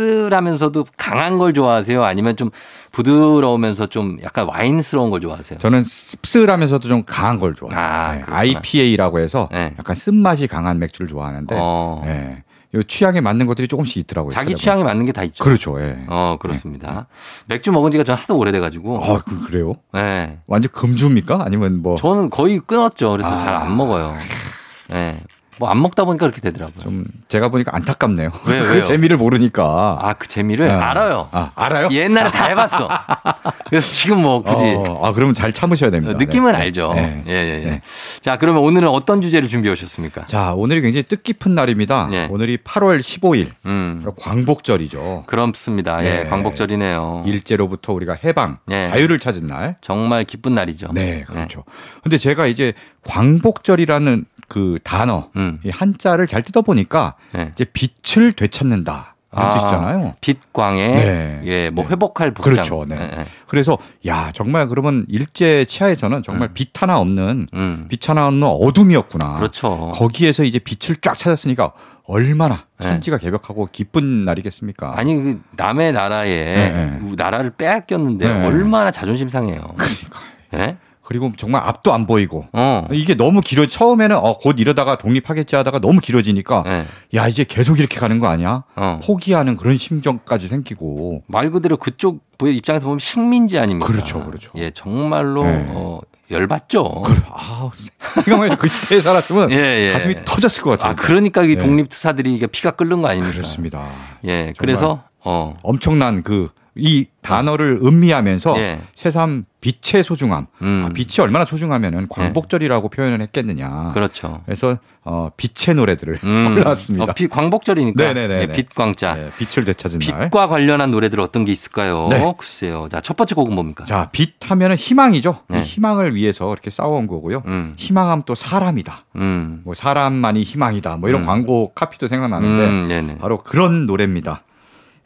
씁쓸하면서도 강한 걸 좋아하세요? 아니면 좀 부드러우면서 좀 약간 와인스러운 걸 좋아하세요?
저는 씁쓸하면서도 좀 강한 걸 좋아해요. 예,
아, 그렇구나.
IPA라고 해서
예.
약간 쓴맛이 강한 맥주를 좋아하는데
어.
예. 요 취향에 맞는 것들이 조금씩 있더라고요.
자기
찾아보면.
취향에 맞는 게 다 있죠.
그렇죠. 네. 예.
어, 그렇습니다. 맥주 먹은 지가 전 하도 오래돼가지고.
아, 그, 그래요?
예.
완전 금주입니까? 아니면 뭐
저는 거의 끊었죠. 그래서
아.
잘 안 먹어요. 예. 뭐 안 먹다 보니까 그렇게 되더라고요.
좀 제가 보니까 안타깝네요.
왜요,
그
왜요?
재미를 모르니까.
아 그 재미를
네.
알아요.
아, 알아요?
옛날에 다 해봤어. 그래서 지금 뭐 굳이
어, 아, 그러면 잘 참으셔야 됩니다.
느낌은
네.
알죠.
네.
예, 예, 예.
네.
자, 그러면 오늘은 어떤 주제를 준비해 오셨습니까?
자, 오늘이 굉장히 뜻깊은 날입니다.
예.
오늘이 8월 15일
음,
광복절이죠.
그렇습니다. 예,
네.
광복절이네요.
일제로부터 우리가 해방,
예.
자유를 찾은 날.
정말 기쁜 날이죠. 예.
네, 그렇죠. 근데 제가 이제 광복절이라는 그 단어,
음.
이 한자를 잘 뜯어보니까
네.
이제 빛을 되찾는다. 이런
아,
뜻이잖아요.
빛광에
네.
예, 뭐
네.
회복할 복장.
그렇죠. 네.
예, 예.
그래서 야 정말 그러면 일제 치하에서는 정말 빛 하나 없는
음.
빛 하나 없는 어둠이었구나.
그렇죠.
거기에서 이제 빛을 쫙 찾았으니까 얼마나
네.
천지가 개벽하고 기쁜 날이겠습니까?
아니 그 남의 나라에 그
네, 네.
나라를 빼앗겼는데
네.
얼마나 자존심 상해요.
그러니까.
예?
그리고 정말 앞도 안 보이고
어.
이게 너무 길어 처음에는 어, 곧 이러다가 독립하겠지 하다가 너무 길어지니까
예.
야 이제 계속 이렇게 가는 거 아니야?
어.
포기하는 그런 심정까지 생기고
말 그대로 그쪽 부의 입장에서 보면 식민지 아닙니까?
그렇죠, 그렇죠.
예, 정말로
네.
어, 열받죠.
그걸 아 생각만 해도 그 시대에 살았으면
예, 예.
가슴이 터졌을 것 같아요.
아, 그러니까 이
예.
독립투사들이 이게 피가 끓는 거 아닙니까?
그렇습니다.
예, 그래서 어,
엄청난 그 이 단어를 음미하면서
예.
새삼 빛의 소중함,
음. 예.
아, 빛이 얼마나 소중하면은 광복절이라고 표현을 했겠느냐.
그렇죠.
그래서 어, 빛의 노래들을
음.
골랐습니다.
어, 비- 광복절이니까
네네네네.
예, 빛광자.
네, 빛을 되찾은 날.
빛과 관련한 노래들 어떤 게 있을까요?
네.
글쎄요. 자, 첫 번째 곡은 뭡니까?
자, 빛 하면은 희망이죠. 이
네.
희망을 위해서 이렇게 싸워온 거고요.
음.
희망함 또 사람이다.
음.
뭐 사람만이 희망이다. 뭐 이런
음.
광고 카피도 생각나는데
음, 네네.
바로 그런 노래입니다.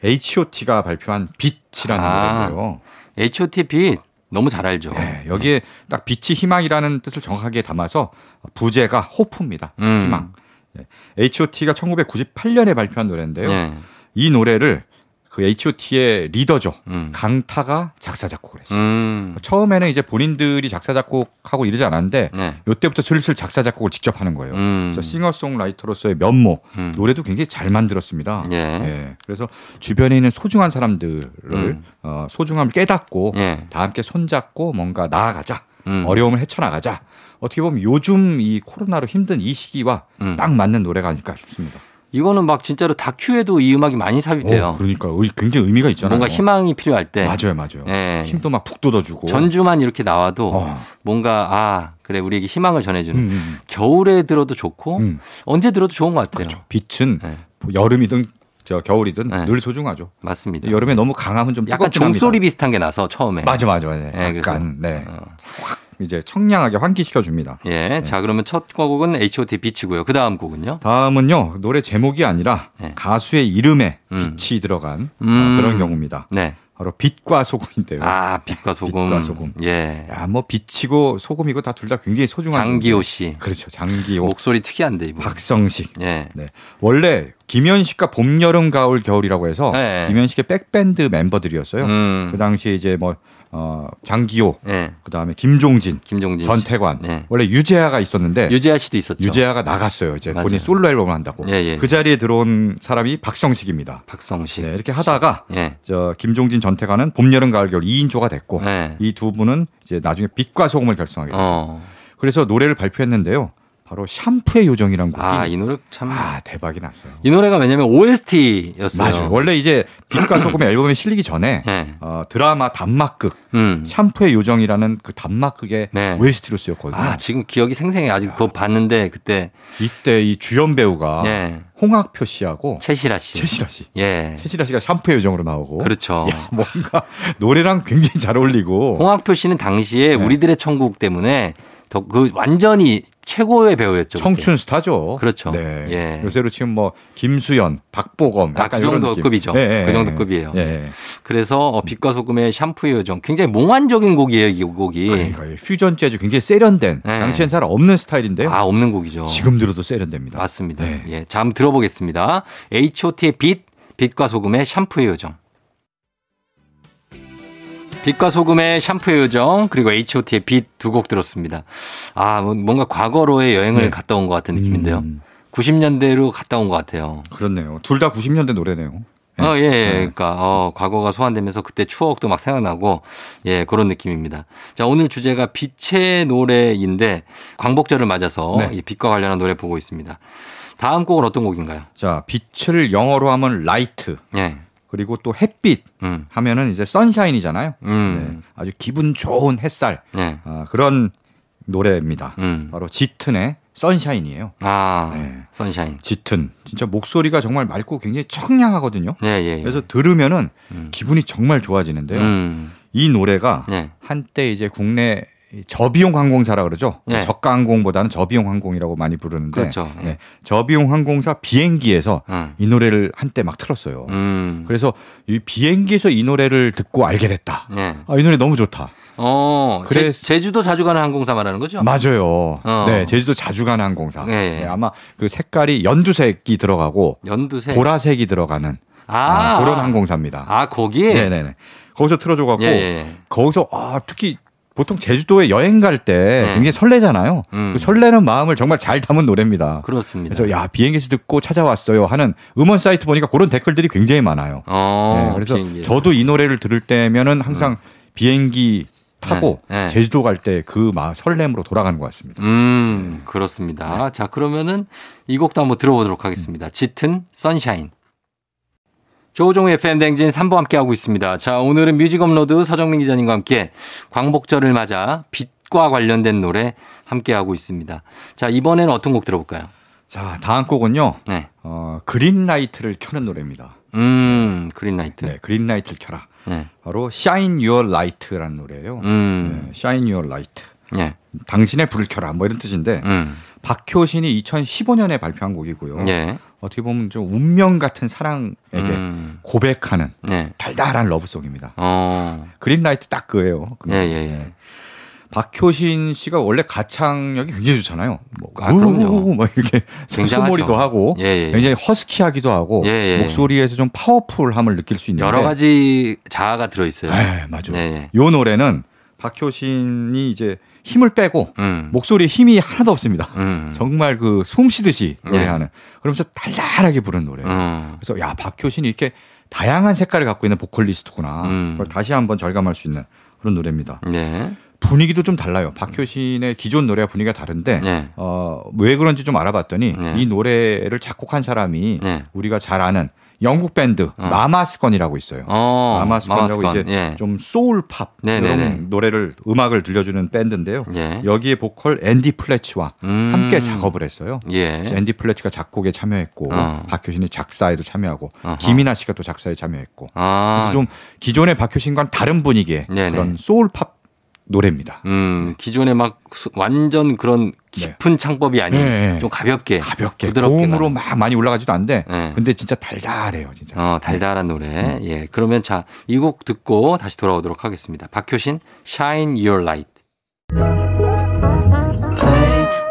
H.O.T.가 발표한 빛이라는
아.
노래인데요.
H.O.T. 빛 너무 잘 알죠.
예, 여기에 딱 빛이 희망이라는 뜻을 정확하게 담아서 부제가 호프입니다.
음.
희망. 예. H.O.T가 1998년에 발표한 노래인데요.
예.
이 노래를 그 H.O.T의 리더죠.
음.
강타가 작사 작곡을 했어요.
음.
처음에는 이제 본인들이 작사 작곡하고 이러지 않았는데
네.
요때부터 슬슬 작사 작곡을 직접 하는 거예요.
음.
그래서 싱어송라이터로서의 면모
음.
노래도 굉장히 잘 만들었습니다.
예.
예. 그래서 주변에 있는 소중한 사람들을
음.
어, 소중함을 깨닫고
예.
다 함께 손잡고 뭔가 나아가자.
음.
어려움을 헤쳐나가자. 어떻게 보면 요즘 이 코로나로 힘든 이 시기와
음.
딱 맞는 노래가 아닐까 싶습니다.
이거는 막 진짜로 다큐에도 이 음악이 많이
어,
삽입돼요.
그러니까 의- 굉장히 의미가 있잖아요.
뭔가 희망이 필요할 때
맞아요, 맞아요.
예.
힘도 막 푹 돋아주고.
전주만 이렇게 나와도
어.
뭔가 아 그래 우리에게 희망을
음,
전해주는
음, 음.
겨울에 들어도 좋고
음.
언제 들어도 좋은 것 같아요.
그렇죠. 빛은
네.
뭐 여름이든 저 겨울이든
네.
늘 소중하죠.
맞습니다.
여름에 너무 강하면 좀
약간
뜨겁긴 합니다.
종소리 비슷한 게 나서 처음에
맞아, 맞아, 맞아.
예, 그래서. 어.
약간 네. 확 이제 청량하게 환기시켜 줍니다.
예, 자 그러면 첫 곡은 H.O.T. 빛이고요. 그 다음 곡은요.
다음은요 노래 제목이 아니라
네.
가수의 이름에
음.
빛이 들어간 아,
음.
그런 경우입니다.
네,
바로 빛과 소금인데요.
아 빛과 소금.
네. 빛과 소금.
예,
야, 뭐 빛이고 소금이고 다 둘 다 굉장히 소중한
장기호 뭐. 씨
그렇죠. 장기호,
목소리 특이한데 이분.
박성식.
예,
네. 원래 김현식과 봄, 여름, 가을, 겨울이라고 해서
네.
김현식의 백밴드 멤버들이었어요.
음.
그 당시에 이제 뭐 어, 장기호,
예,
그다음에 김종진,
김종진 씨.
전태관.
네.
원래 유재하가 있었는데
유재하 씨도 있었죠.
유재하가 나갔어요. 이제 본인
맞아요.
솔로 앨범을 한다고.
예, 예.
그 자리에 들어온 사람이 박성식입니다.
박성식.
네, 이렇게 하다가
예.
저 김종진 전태관은 봄, 여름, 가을, 겨울 2인조가 됐고
네.
이 두 분은 이제 나중에 빛과 소금을 결성하게 돼요.
어.
그래서 노래를 발표했는데요. 바로 샴푸의 요정이라는 곡이
아,
아,
이 노래 참.
대박이 났어요.
이 노래가 왜냐면 OST였어요.
맞아요. 원래 이제 빛과 소금의 앨범에 실리기 전에
네.
어, 드라마 단막극
음.
샴푸의 요정이라는 그 단막극의
네.
OST로 쓰였거든요.
아, 지금 기억이 생생해. 아직 그거 봤는데 그때
이때 이 주연 배우가
네.
홍학표 씨하고
최시라 씨.
아. 최시라 씨.
예.
최시라 씨가 샴푸의 요정으로 나오고
그렇죠.
야, 뭔가 노래랑 굉장히 잘 어울리고
홍학표 씨는 당시에
네.
우리들의 천국 때문에 더 그 완전히 최고의 배우였죠. 그때.
청춘 스타죠.
그렇죠.
네.
예.
요새로 치면 뭐 김수현, 박보검
아, 그
약간 이런
정도
느낌.
급이죠. 그 정도 급이에요.
예.
그래서 어, 빛과 소금의 샴푸의 요정 굉장히 몽환적인 곡이에요, 이 곡이.
그러니까 이 퓨전 재즈 굉장히 세련된
네.
당시엔 잘 없는 스타일인데요.
아, 없는 곡이죠.
지금 들어도 세련됩니다.
맞습니다.
네.
예. 자, 한번 들어보겠습니다. H.O.T의 빛, 빛과 소금의 샴푸의 요정. 빛과 소금의 샴푸의 요정 그리고 H.O.T의 빛 두 곡 들었습니다. 아 뭐- 뭔가 과거로의 여행을
네.
갔다 온 것 같은 느낌인데요.
음,
90년대로 갔다 온 것 같아요.
그렇네요. 둘 다 90년대 노래네요.
어, 예, 예. 그러니까, 어, 과거가 소환되면서 그때 추억도 막 생각나고, 예, 그런 느낌입니다. 자, 오늘 주제가 빛의 노래인데, 광복절을 맞아서
네.
이 빛과 관련한 노래 보고 있습니다. 다음 곡은 어떤 곡인가요?
자, 빛을 영어로 하면 라이트.
예,
그리고 또 햇빛
음,
하면은 이제 선샤인이잖아요.
음.
네, 아주 기분 좋은 햇살.
예,
아, 그런 노래입니다.
음.
바로 짙은의 선샤인이에요.
아,
네.
선샤인.
짙은. 진짜 목소리가 정말 맑고 굉장히 청량하거든요.
예, 예. 예.
그래서 들으면은
음.
기분이 정말 좋아지는데요.
음,
이 노래가
예.
한때 이제 국내 저비용 항공사라 그러죠.
네.
저가 항공보다는 저비용 항공이라고 많이 부르는데
그렇죠. 예.
네, 저비용 항공사 비행기에서
음,
이 노래를 한때 막 틀었어요.
음,
그래서 이 비행기에서 이 노래를 듣고 알게 됐다.
예.
아, 이 노래 너무 좋다.
어, 제,
그래서-
제주도 자주 가는 항공사 말하는 거죠?
맞아요.
그렇죠. 어.
네, 제주도 자주 가는 항공사.
예.
네, 아마 그 색깔이 연두색이 들어가고
연두색.
보라색이 들어가는
아,
아, 그런 항공사입니다.
아, 거기?
네, 네, 네. 거기서 틀어줘갖고
예, 예.
거기서 아, 특히 보통 제주도에 여행 갈 때
네.
굉장히 설레잖아요.
음.
그 설레는 마음을 정말 잘 담은 노래입니다.
그렇습니다.
그래서 야 비행기에서 듣고 찾아왔어요 하는 음원 사이트 보니까 그런 댓글들이 굉장히 많아요.
어,
네, 그래서
비행기에서. 음.
저도 이 노래를 들을 때면은 항상 비행기 타고
네, 네.
제주도 갈 때 그 설렘으로 돌아가는 것 같습니다.
음, 그렇습니다. 자, 그러면은 이 곡도 한번 들어보도록 하겠습니다. 짙은 선샤인. 조종의 FM 댕진 3부 함께하고 있습니다. 자, 오늘은 뮤직 업로드 서정민 기자님과 함께 광복절을 맞아 빛과 관련된 노래 함께하고 있습니다. 자, 이번에는 어떤 곡 들어볼까요?
자 다음 곡은요
네.
어, 그린라이트를 켜는 노래입니다.
음, 그린라이트.
네,
네.
그린라이트를 켜라. 바로 Shine Your Light라는 노래예요.
음,
네, Shine Your Light.
예.
당신의 불을 켜라 뭐 이런 뜻인데
음,
박효신이 2015년에 발표한 곡이고요.
예.
어떻게 예. 보면 좀 운명 같은 사랑에게
음,
고백하는
네.
달달한 러브송입니다.
어,
그린라이트 딱 그예요. 네.
예, 예, 예.
박효신 씨가 원래 가창력이 굉장히 좋잖아요. 뭐,
아, 그럼요.
우우 막 이렇게
굉장하죠.
소몰이도 하고
예, 예, 예.
굉장히 허스키하기도 하고
예, 예.
목소리에서 좀 파워풀함을 느낄 수 있는데
여러 가지 자아가 들어있어요.
예, 네. 맞아요.
예, 예.
요 노래는 박효신이 이제 힘을 빼고
음.
목소리에 힘이 하나도 없습니다.
음.
정말 그 숨 쉬듯이 노래하는 그러면서 달달하게 부른 노래예요.
음.
그래서 야 박효신이 이렇게 다양한 색깔을 갖고 있는 보컬리스트구나.
음.
그걸 다시 한번 절감할 수 있는 그런 노래입니다.
네.
분위기도 좀 달라요. 박효신의 기존 노래와 분위기가 다른데
음. 네.
어, 왜 그런지 좀 알아봤더니
네.
이 노래를 작곡한 사람이
네.
우리가 잘 아는 영국 밴드 마마스건이라고 있어요.
어.
마마스건이라고
마마스건.
이제
예.
좀 소울팝
네,
이런
네, 네.
노래를 음악을 들려주는 밴드인데요.
예.
여기에 보컬 앤디 플래치와
음.
함께 작업을 했어요.
예.
그래서 앤디 플래치가 작곡에 참여했고
어.
박효신이 작사에도 참여하고
어허.
김이나 씨가 또 작사에 참여했고
아.
그래서 좀 기존의 박효신과는 다른 분위기의
네네.
그런 소울팝 노래입니다. 네.
음, 기존에 막 수- 완전 그런 깊은 창법이 아닌
네.
좀 가볍게
가볍게
부드럽게
고음으로
가는.
막 많이 올라가지도 않는데
네.
근데 진짜 달달해요 진짜.
어, 달달한 노래.
네.
예. 그러면 자, 이 곡 듣고 다시 돌아오도록 하겠습니다. 박효신 Shine Your Light.
play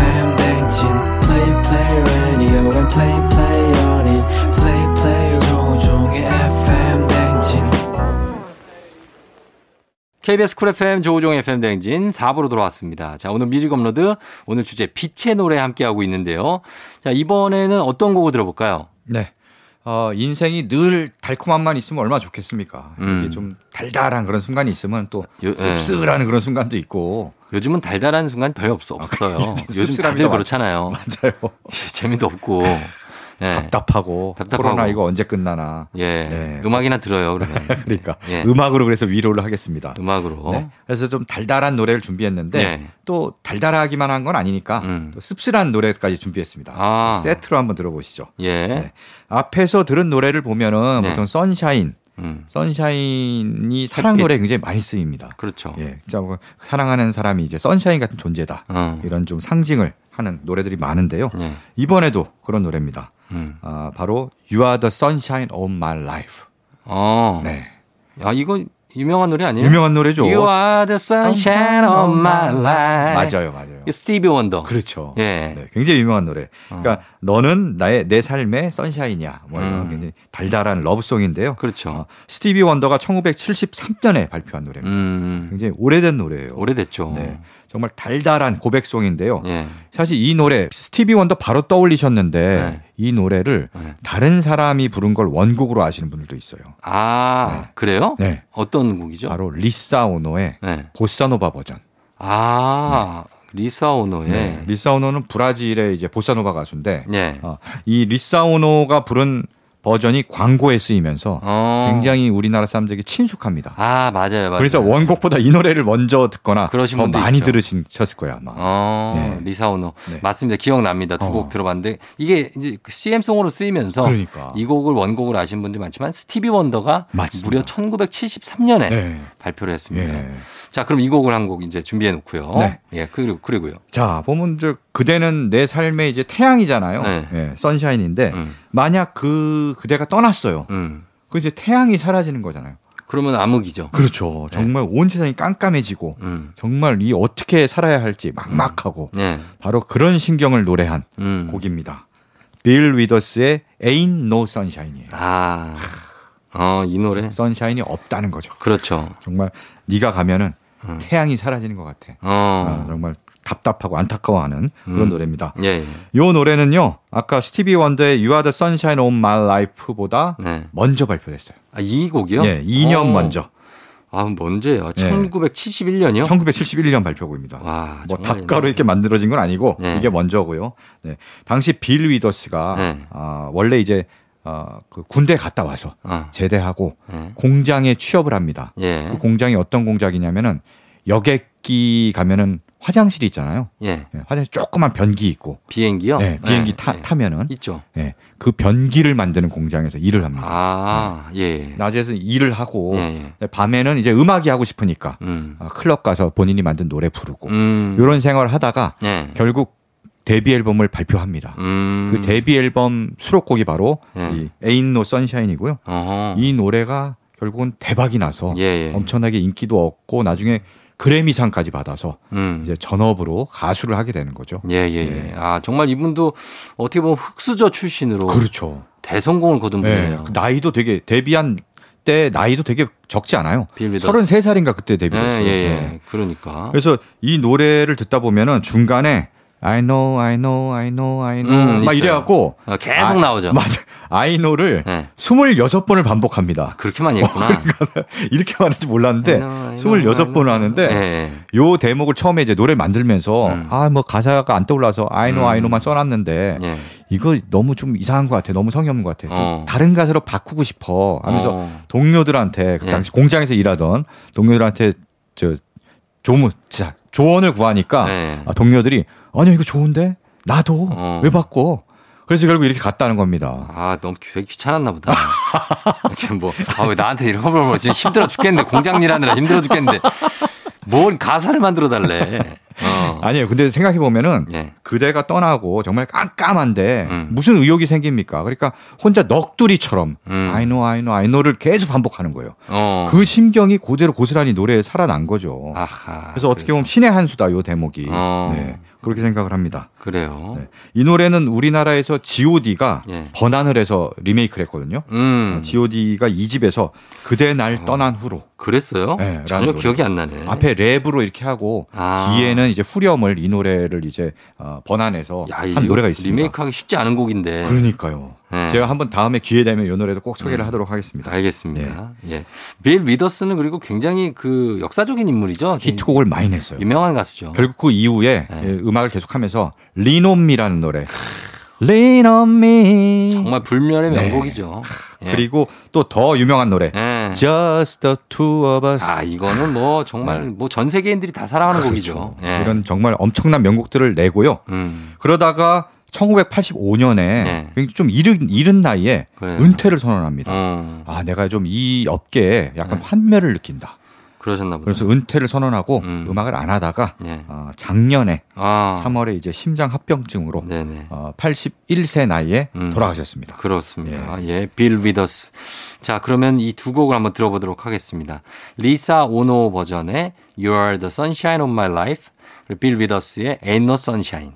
댕진 play play radio and play play on it play play 조종의 FM 댕진
KBS 쿨 FM 조우종 FM 대행진 4부로 돌아왔습니다. 자, 오늘 뮤직 업로드 오늘 주제 빛의 노래 함께하고 있는데요. 자, 이번에는 어떤 곡을 들어볼까요?
네. 어, 인생이 늘 달콤함만 있으면 얼마나 좋겠습니까?
음.
이게 좀 달달한 그런 순간이 있으면 또
요- 예.
씁쓸한 그런 순간도 있고.
요즘은 달달한 순간 별로 없어, 없어요. 요즘
아, 씁쓸함이
다들
더 많-
그렇잖아요.
맞아요.
재미도 없고. 예.
네. 답답하고,
답답하고.
코로나 이거 언제 끝나나.
예.
네.
음악이나 들어요, 그러면.
그러니까
예.
음악으로 그래서 위로를 하겠습니다.
음악으로.
네. 그래서 좀 달달한 노래를 준비했는데
예.
또 달달하기만 한 건 아니니까
음.
또 씁쓸한 노래까지 준비했습니다.
아.
세트로 한번 들어보시죠.
예.
네. 앞에서 들은 노래를 보면은
네.
보통 선샤인,
음.
선샤인이 사랑
햇빛.
노래 굉장히 많이 쓰입니다.
그렇죠.
예, 진짜 뭐 사랑하는 사람이 이제 선샤인 같은 존재다.
어.
이런 좀 상징을 하는 노래들이 많은데요.
예.
이번에도 그런 노래입니다.
음.
아, 바로 You Are the Sunshine of My Life.
어.
네,
아, 이거 유명한 노래 아니에요?
유명한 노래죠.
You are the sunshine of my life.
맞아요, 맞아요.
이 스티비 원더.
그렇죠.
예. 어.
네, 굉장히 유명한 노래. 그러니까 너는 나의 내 삶의 선샤인이야. 뭐 이런
음.
굉장히 달달한 러브송인데요.
그렇죠.
어, 스티비 원더가 1973년에 발표한 노래입니다.
음.
굉장히 오래된 노래예요.
오래됐죠. 어.
네. 정말 달달한 고백송인데요.
예.
사실 이 노래 스티비 원더 바로 떠올리셨는데
네.
이 노래를
네.
다른 사람이 부른 걸 원곡으로 아시는 분들도 있어요.
아, 그래요?
네.
어떤 곡이죠?
바로 리사 오노의
네.
보사노바 버전.
아, 리사 오노의
네. 리사 오노는 브라질의 이제 보사노바 가수인데
예.
어, 이 리사 오노가 부른 버전이 광고에 쓰이면서
어.
굉장히 우리나라 사람들에게 친숙합니다.
아, 맞아요. 맞아요.
그래서 원곡보다 이 노래를 먼저 듣거나
그러신
더
분도
많이
있죠.
들으셨을 거예요 아마.
어,
예.
리사 오노.
네.
맞습니다. 기억납니다. 두 곡
어.
들어봤는데 이게 이제 그 CM송으로 쓰이면서
그러니까.
이 곡을 원곡으로 아신 분들 많지만 스티비 원더가
맞습니다.
무려 1973년에
네.
발표를 했습니다.
예.
자, 그럼 이 곡을 한 곡 이제 준비해 놓고요.
네.
예, 그리고 그리고요.
자, 보면 저 그대는 내 삶의 이제 태양이잖아요.
네.
예, 선샤인인데
음.
만약 그 그대가 떠났어요.
음.
그 이제 태양이 사라지는 거잖아요.
그러면 암흑이죠. 네.
그렇죠. 정말 온 세상이 깜깜해지고
음.
정말 이 어떻게 살아야 할지 막막하고
예.
바로 그런 신경을 노래한
음.
곡입니다. 빌 위더스의 Ain't No Sunshine이에요.
아. 어, 이 노래.
선샤인이 없다는 거죠.
그렇죠.
정말 네가 가면은
음.
태양이 사라지는 것 같아. 아,
어.
정말 답답하고 안타까워하는 그런
음.
노래입니다.
예. 예.
요 노래는요. 아까 스티비 원더의 You Are the Sunshine of My Life보다
네.
먼저 발표됐어요.
아, 이 곡이요?
예, 2년
어.
먼저.
아, 먼저요.
예.
1971년이요?
1971년 발표곡입니다.
와,
뭐
정말
답가로 이렇게 만들어진 건 아니고
네.
이게 먼저고요. 네. 당시 빌 위더스가
네.
아, 원래 이제 아, 그 군대 갔다 와서
어.
제대하고
예.
공장에 취업을 합니다.
예.
그 공장이 어떤 공장이냐면은 여객기 가면은 화장실이 있잖아요.
예.
예, 화장실 조그만 변기 있고
비행기요?
예, 비행기
예,
타,
예.
타면은
있죠.
예, 그 변기를 만드는 공장에서 일을 합니다.
아, 예.
낮에는 일을 네. 하고
예, 예.
밤에는 이제 음악이 하고 싶으니까
음.
아, 클럽 가서 본인이 만든 노래 부르고
음.
이런 생활을 하다가
예.
결국 데뷔 앨범을 발표합니다.
음.
그 데뷔 앨범 수록곡이 바로
예.
이 에인 노 선샤인이고요.
어허.
이 노래가 결국은 대박이 나서
예, 예.
엄청나게 인기도 얻고 나중에 그래미상까지 받아서
음.
이제 네. 전업으로 가수를 하게 되는 거죠.
예, 예, 예. 아, 정말 이분도 어떻게 보면 흑수저 출신으로
그렇죠.
대성공을 거둔
네.
분이에요.
그 나이도 되게 데뷔한 때 나이도 되게 적지 않아요.
빌 위더스.
33살인가 그때
예,
데뷔했어요.
예, 예.
네.
그러니까.
그래서 이 노래를 듣다 보면은 중간에 I know, I know, I know, I know
음,
막
있어요.
이래갖고
아, 계속
아,
나오죠.
맞아. I know를
예.
26번을 반복합니다.
그렇게 많이
어,
했구나.
이렇게 말할지 몰랐는데
I know, I know, I
네, 26번을
know.
하는데
예, 예.
요 대목을 처음에 이제 노래 만들면서
음.
아 뭐 가사가 안 떠올라서 I know, I know만 써놨는데
예.
이거 너무 좀 이상한 것 같아. 너무 성의 없는 것 같아. 좀
어.
다른 가사로 바꾸고 싶어. 하면서
어.
동료들한테 그
예.
당시 공장에서 일하던 동료들한테 저 조무 자, 조언을 구하니까
예.
아, 동료들이 아니야 이거 좋은데 나도
어.
왜 바꿔? 그래서 결국 이렇게 갔다는 겁니다.
아, 너무 귀- 되게 귀찮았나 보다. 이렇게 뭐, 아, 왜 나한테 이런 걸 물어봐. 지금 힘들어 죽겠는데, 공장 일하느라 힘들어 죽겠는데. 뭘 가사를 만들어 달래. 어.
아니에요. 근데 생각해 보면은
예.
그대가 떠나고 정말 깜깜한데
음.
무슨 의욕이 생깁니까? 그러니까 혼자 넋두리처럼
음.
I know, I know, I know를 계속 반복하는 거예요.
어.
그 심경이 그대로 고스란히 노래에 살아난 거죠.
아하.
그래서 어떻게 보면 신의 한 수다 요 대목이
어.
네, 그렇게 생각을 합니다.
그래요.
네. 이 노래는 우리나라에서 G.O.D가
예.
번안을 해서 리메이크를 했거든요. 어, 아,
음. 어.
G.O.D가 이집에서 그대 날 떠난 후로
그랬어요?
네, 라는
전혀
노래.
기억이 안 나네.
앞에 랩으로 이렇게 하고
예. 아.
뒤에는 이제 후렴을 이 노래를 이제 어, 번안해서
야, 이
한 노래가 있습니다.
리메이크하기 쉽지 않은 곡인데.
그러니까요.
네.
제가 한번 다음에 기회 되면 이 노래도 꼭
음.
소개를 하도록
아,
하겠습니다.
알겠습니다. 예. 빌 위더스는 그리고 굉장히 그 역사적인 인물이죠.
히트곡을 많이 냈어요.
네. 유명한 가수죠.
결국 그 이후에
네.
예, 음악을 계속하면서 리놈미라는 노래, 리놈미
정말 불멸의
네.
명곡이죠. 예.
그리고 또 더 유명한 노래,
예.
Just the Two of Us.
아, 이거는 뭐 정말
네. 그렇죠.
뭐 전 세계인들이 다 사랑하는 곡이죠. 예.
이런 정말 엄청난 명곡들을 내고요.
음.
그러다가 1985년에
네.
굉장히 좀 이른, 이른 나이에
그래요. 음.
은퇴를 선언합니다.
어. 네.
아, 내가 좀 이 업계에 약간 환멸을 느낀다.
그러셨나 보다.
그래서 은퇴를 선언하고
음.
음. 악을안 하다가
예.
어, 작년에
아.
3월에 이제 심장 합병증으로
네네.
어, 81세 나이에
음.
돌아가셨습니다.
그렇습니다. 예. 빌 위더스. 자, 그러면 이 두 곡을 한번 들어보도록 하겠습니다. 리사 오노 버전의 You Are the Sunshine of My Life, 그리고 빌 위더스의 Ain't No Sunshine.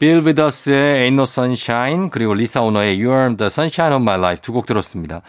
빌 위더스의 Ain't No Sunshine, 그리고 리사 오노의 You Are the Sunshine of My Life 두 곡 들었습니다.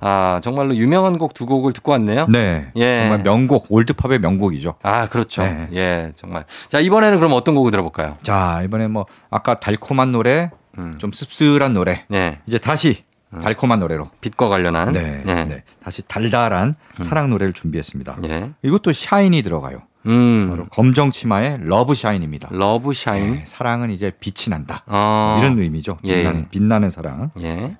아, 정말로 유명한 곡 두 곡을 듣고 왔네요.
네.
예.
정말 명곡, 올드팝의 명곡이죠.
아, 그렇죠.
네.
예, 정말. 자, 이번에는 그럼 어떤 곡을 들어볼까요?
자, 이번에 뭐 아까 달콤한 노래,
음.
좀 씁쓸한 노래.
예,
이제 다시 달콤한 노래로.
빛과 관련한.
네.
예. 음.
네. 다시 달달한 사랑 노래를 준비했습니다.
예.
이것도 샤인이 들어가요.
음.
바로 검정 치마의 러브 샤인입니다.
러브 샤인.
네, 사랑은 이제 빛이 난다.
어.
이런 의미죠.
예.
빛나는, 빛나는 사랑.
예.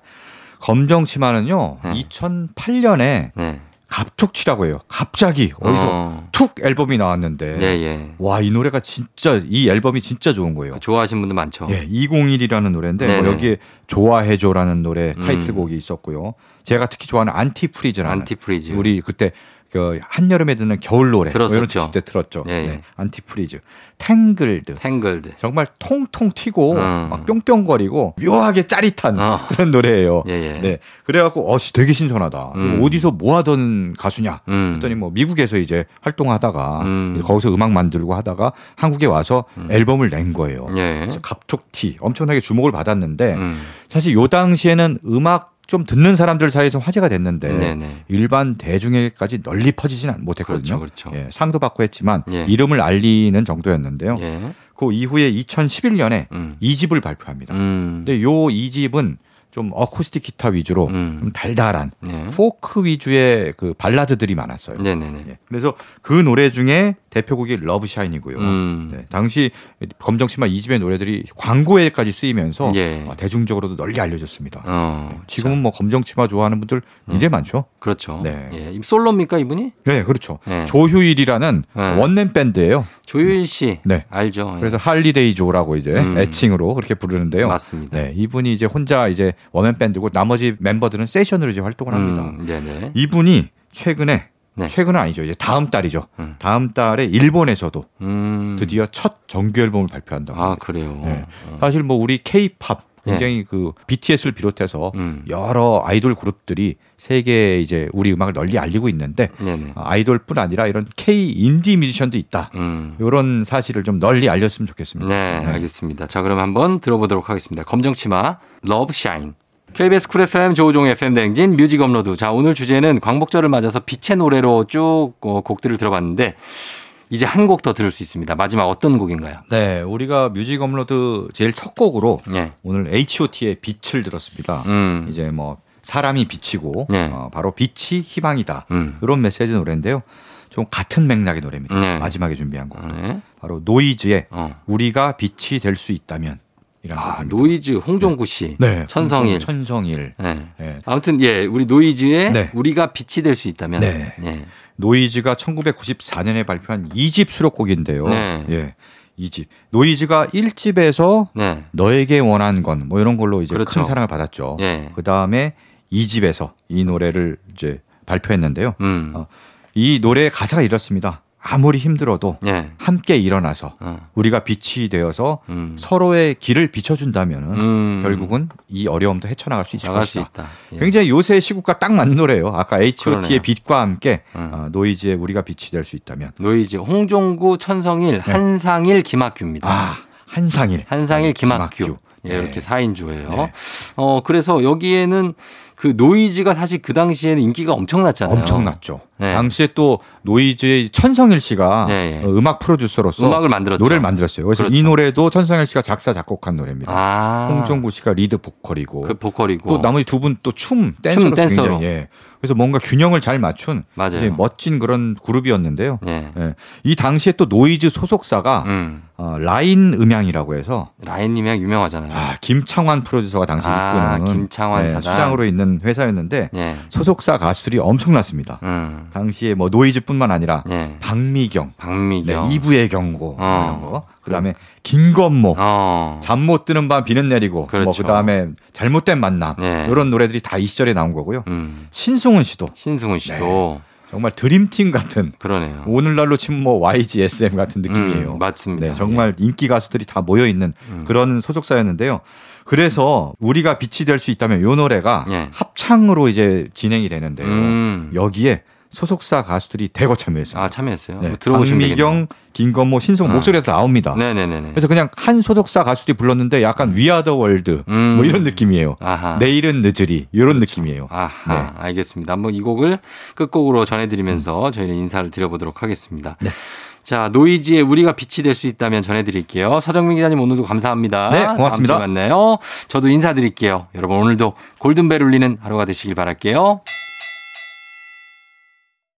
검정 치마는요.
네.
2008년에
네.
갑툭튀라고 해요. 갑자기 어디서
어.
툭 앨범이 나왔는데
예, 예.
와, 이 노래가 진짜 이 앨범이 진짜 좋은 거예요.
좋아하시는 분들 많죠.
예, 201이라는 노래인데
네네.
뭐 여기에 좋아해줘라는 노래
음.
타이틀곡이 있었고요. 제가 특히 좋아하는 안티프리즈라는
안티프리즈.
우리 그때 그 한여름에 듣는 겨울 노래 뭐 이런
들었었죠.
집때 들었죠.
예, 예.
네, 안티프리즈, 탱글드.
탱글드.
정말 통통 튀고
음.
막 뿅뿅거리고 묘하게 짜릿한
어.
그런 노래예요.
예, 예.
음. 네, 그래갖고 어씨 되게 신선하다.
음.
어디서 뭐 하던 가수냐?
음.
했더니 뭐 미국에서 이제 활동하다가
음.
거기서 음악 만들고 하다가 한국에 와서 앨범을 낸 거예요.
예.
그래서 갑툭튀 엄청나게 주목을 받았는데
음.
사실 요 당시에는 음악 좀 듣는 사람들 사이에서 화제가 됐는데
네, 네.
일반 대중에게까지 널리 퍼지진 못했거든요.
그렇죠, 그렇죠.
예, 상도 받고 했지만
예.
이름을 알리는 정도였는데요.
예.
그 이후에 2011년에
음.
이집을 발표합니다. 네.
음.
근데 요 이집은좀 어쿠스틱 기타 위주로
음.
좀 달달한
네.
포크 위주의 그 발라드들이 많았어요.
네, 네, 네.
예. 그래서 그 노래 중에 대표곡이 러브샤인이고요.
음.
네, 당시 검정치마 이집의 노래들이 광고에까지 쓰이면서
예.
어, 대중적으로도 널리 알려졌습니다.
어.
지금은 뭐 검정치마 좋아하는 분들
음.
굉장히 많죠.
그렇죠.
네.
예. 이 솔로입니까, 이분이?
네, 그렇죠.
네.
조휴일이라는
네.
원맨 밴드예요.
조유일 씨.
네.
알죠. 예.
그래서 할리데이 조라고 이제
음.
애칭으로 그렇게 부르는데요.
맞습니다.
네, 이분이 이제 혼자 이제 원맨 밴드고 나머지 멤버들은 세션으로 이제 활동을 합니다.
음. 네, 네.
이분이 최근에
네.
최근은 아니죠. 이제 다음 달이죠.
음.
다음 달에 일본에서도
음.
드디어 첫 정규 앨범을 발표한다고.
아, 그래요.
네.
어. 예.
사실 뭐 우리 K-팝 굉장히 그 BTS를 비롯해서
음.
여러 아이돌 그룹들이 세계에 이제 우리 음악을 널리 알리고 있는데
네, 네.
아이돌뿐 아니라 이런 K 인디 뮤지션도 있다.
음.
이런 사실을 좀 널리 알렸으면 좋겠습니다.
네, 알겠습니다. 자, 그럼 한번 들어보도록 하겠습니다. 검정치마, 러브샤인. KBS 쿨 FM 조우종 FM 댕진 뮤직 업로드. 자, 오늘 주제는 광복절을 맞아서 빛의 노래로 쭉 어, 곡들을 들어봤는데 이제 한 곡 더 들을 수 있습니다. 마지막 어떤 곡인가요?
네, 우리가 뮤직 업로드 제일 첫 곡으로
네.
오늘 H.O.T의 빛을 들었습니다.
음.
이제 뭐 사람이 빛이고
네.
어, 바로 빛이 희망이다.
음.
이런 메시지 노래인데요. 좀 같은 맥락의 노래입니다.
네.
마지막에 준비한 곡.
네.
바로 노이즈의
어.
우리가 빛이 될 수 있다면 이라는
아,
곡입니다.
노이즈 홍종구 씨.
네.
천성일.
천성일.
네.
네.
아무튼 예, 우리 노이즈의
네.
우리가 빛이 될 수 있다면
네.
예.
노이즈가 1994년에 발표한 2집 수록곡인데요.
네.
예. 2집. 노이즈가 1집에서
네.
너에게 원한 건 뭐 이런 걸로 이제
그렇죠.
큰 사랑을 받았죠.
예.
그다음에 2집에서 이 노래를 이제 발표했는데요.
음.
어, 이 노래의 가사가 이렇습니다. 아무리 힘들어도
예.
함께 일어나서
어.
우리가 빛이 되어서
음.
서로의 길을 비춰준다면
음.
결국은 이 어려움도 헤쳐나갈 수 있을
나갈 수
것이다.
있다. 예.
굉장히 요새 시국과 딱 맞는 노래예요. 아까 H.O.T의
그러네요.
빛과 함께
음.
아, 노이즈의 우리가 빛이 될 수 있다면
노이즈 홍종구 천성일 한상일 김학규입니다.
네. 아 한상일
한상일 김학규.
김학규.
예,
네.
이렇게 4인조예요.
네.
어, 그래서 여기에는 그 노이즈가 사실 그 당시에는 인기가 엄청났잖아요.
엄청났죠.
네.
당시에 또 노이즈의 천성일 씨가
네, 네.
어, 음악 프로듀서로서
음악을 만들었죠.
노래를 만들었어요. 그래서
그렇죠.
이 노래도 천성일 씨가 작사 작곡한 노래입니다.
아.
홍종구 씨가 리드 보컬이고
그 보컬이고.
또 나머지 두 분 또 춤 댄서로
댄서로.
굉장히 예. 그래서 뭔가 균형을 잘 맞춘
맞아요.
굉장히 멋진 그런 그룹이었는데요.
예.
예. 이 당시에 또 노이즈 소속사가
음.
어, 라인 음향이라고 해서
라인님이랑 유명하잖아요.
아, 김창환 프로듀서가 당시
아,
이끄는 예,
김창환 사단.
수장으로 있는 회사였는데
예.
소속사 가수들이 엄청났습니다.
음.
당시에 뭐 노이즈뿐만 아니라
예.
박미경, 네,
박미경.
이부의 경고
어.
이런 거, 그다음에 김건모,
어.
잠 못 드는 밤 비는 내리고,
그렇죠.
뭐 그다음에 잘못된 만남
예.
이런 노래들이 다 이 시절에 나온 거고요.
음.
신승훈 씨도
신승훈 씨도
정말 드림팀 같은
그러네요.
네. 오늘날로 치면 뭐 YG, SM 같은 느낌이에요.
음, 맞습니다.
네, 정말 인기 가수들이 다 모여 있는
음.
그런 소속사였는데요. 그래서 우리가 빛이 될 수 있다면 요 노래가
예.
합창으로 이제 진행이 되는데요.
음.
여기에 소속사 가수들이 대거 참여했습니다.
아 참여했어요.
네,
뭐 들어보시면
박미경, 김건모, 신성
아.
목소리가 다 나옵니다.
되겠네요. 네네네네.
그래서 그냥 한 소속사 가수들이 불렀는데 약간 위아더 월드
음.
뭐 이런 느낌이에요.
아하. 그렇죠.
내일은 늦으리 이런 느낌이에요.
아하,
네.
알겠습니다. 한번 이 곡을 끝곡으로
음.
전해드리면서 저희는 인사를 드려보도록 하겠습니다.
네.
자, 노이지의 우리가 빛이 될 수 있다면 전해드릴게요. 서정민 기자님 오늘도 감사합니다.
네, 고맙습니다.
다음 주에 만나요. 저도 인사드릴게요. 여러분 오늘도 골든벨 울리는 하루가 되시길 바랄게요.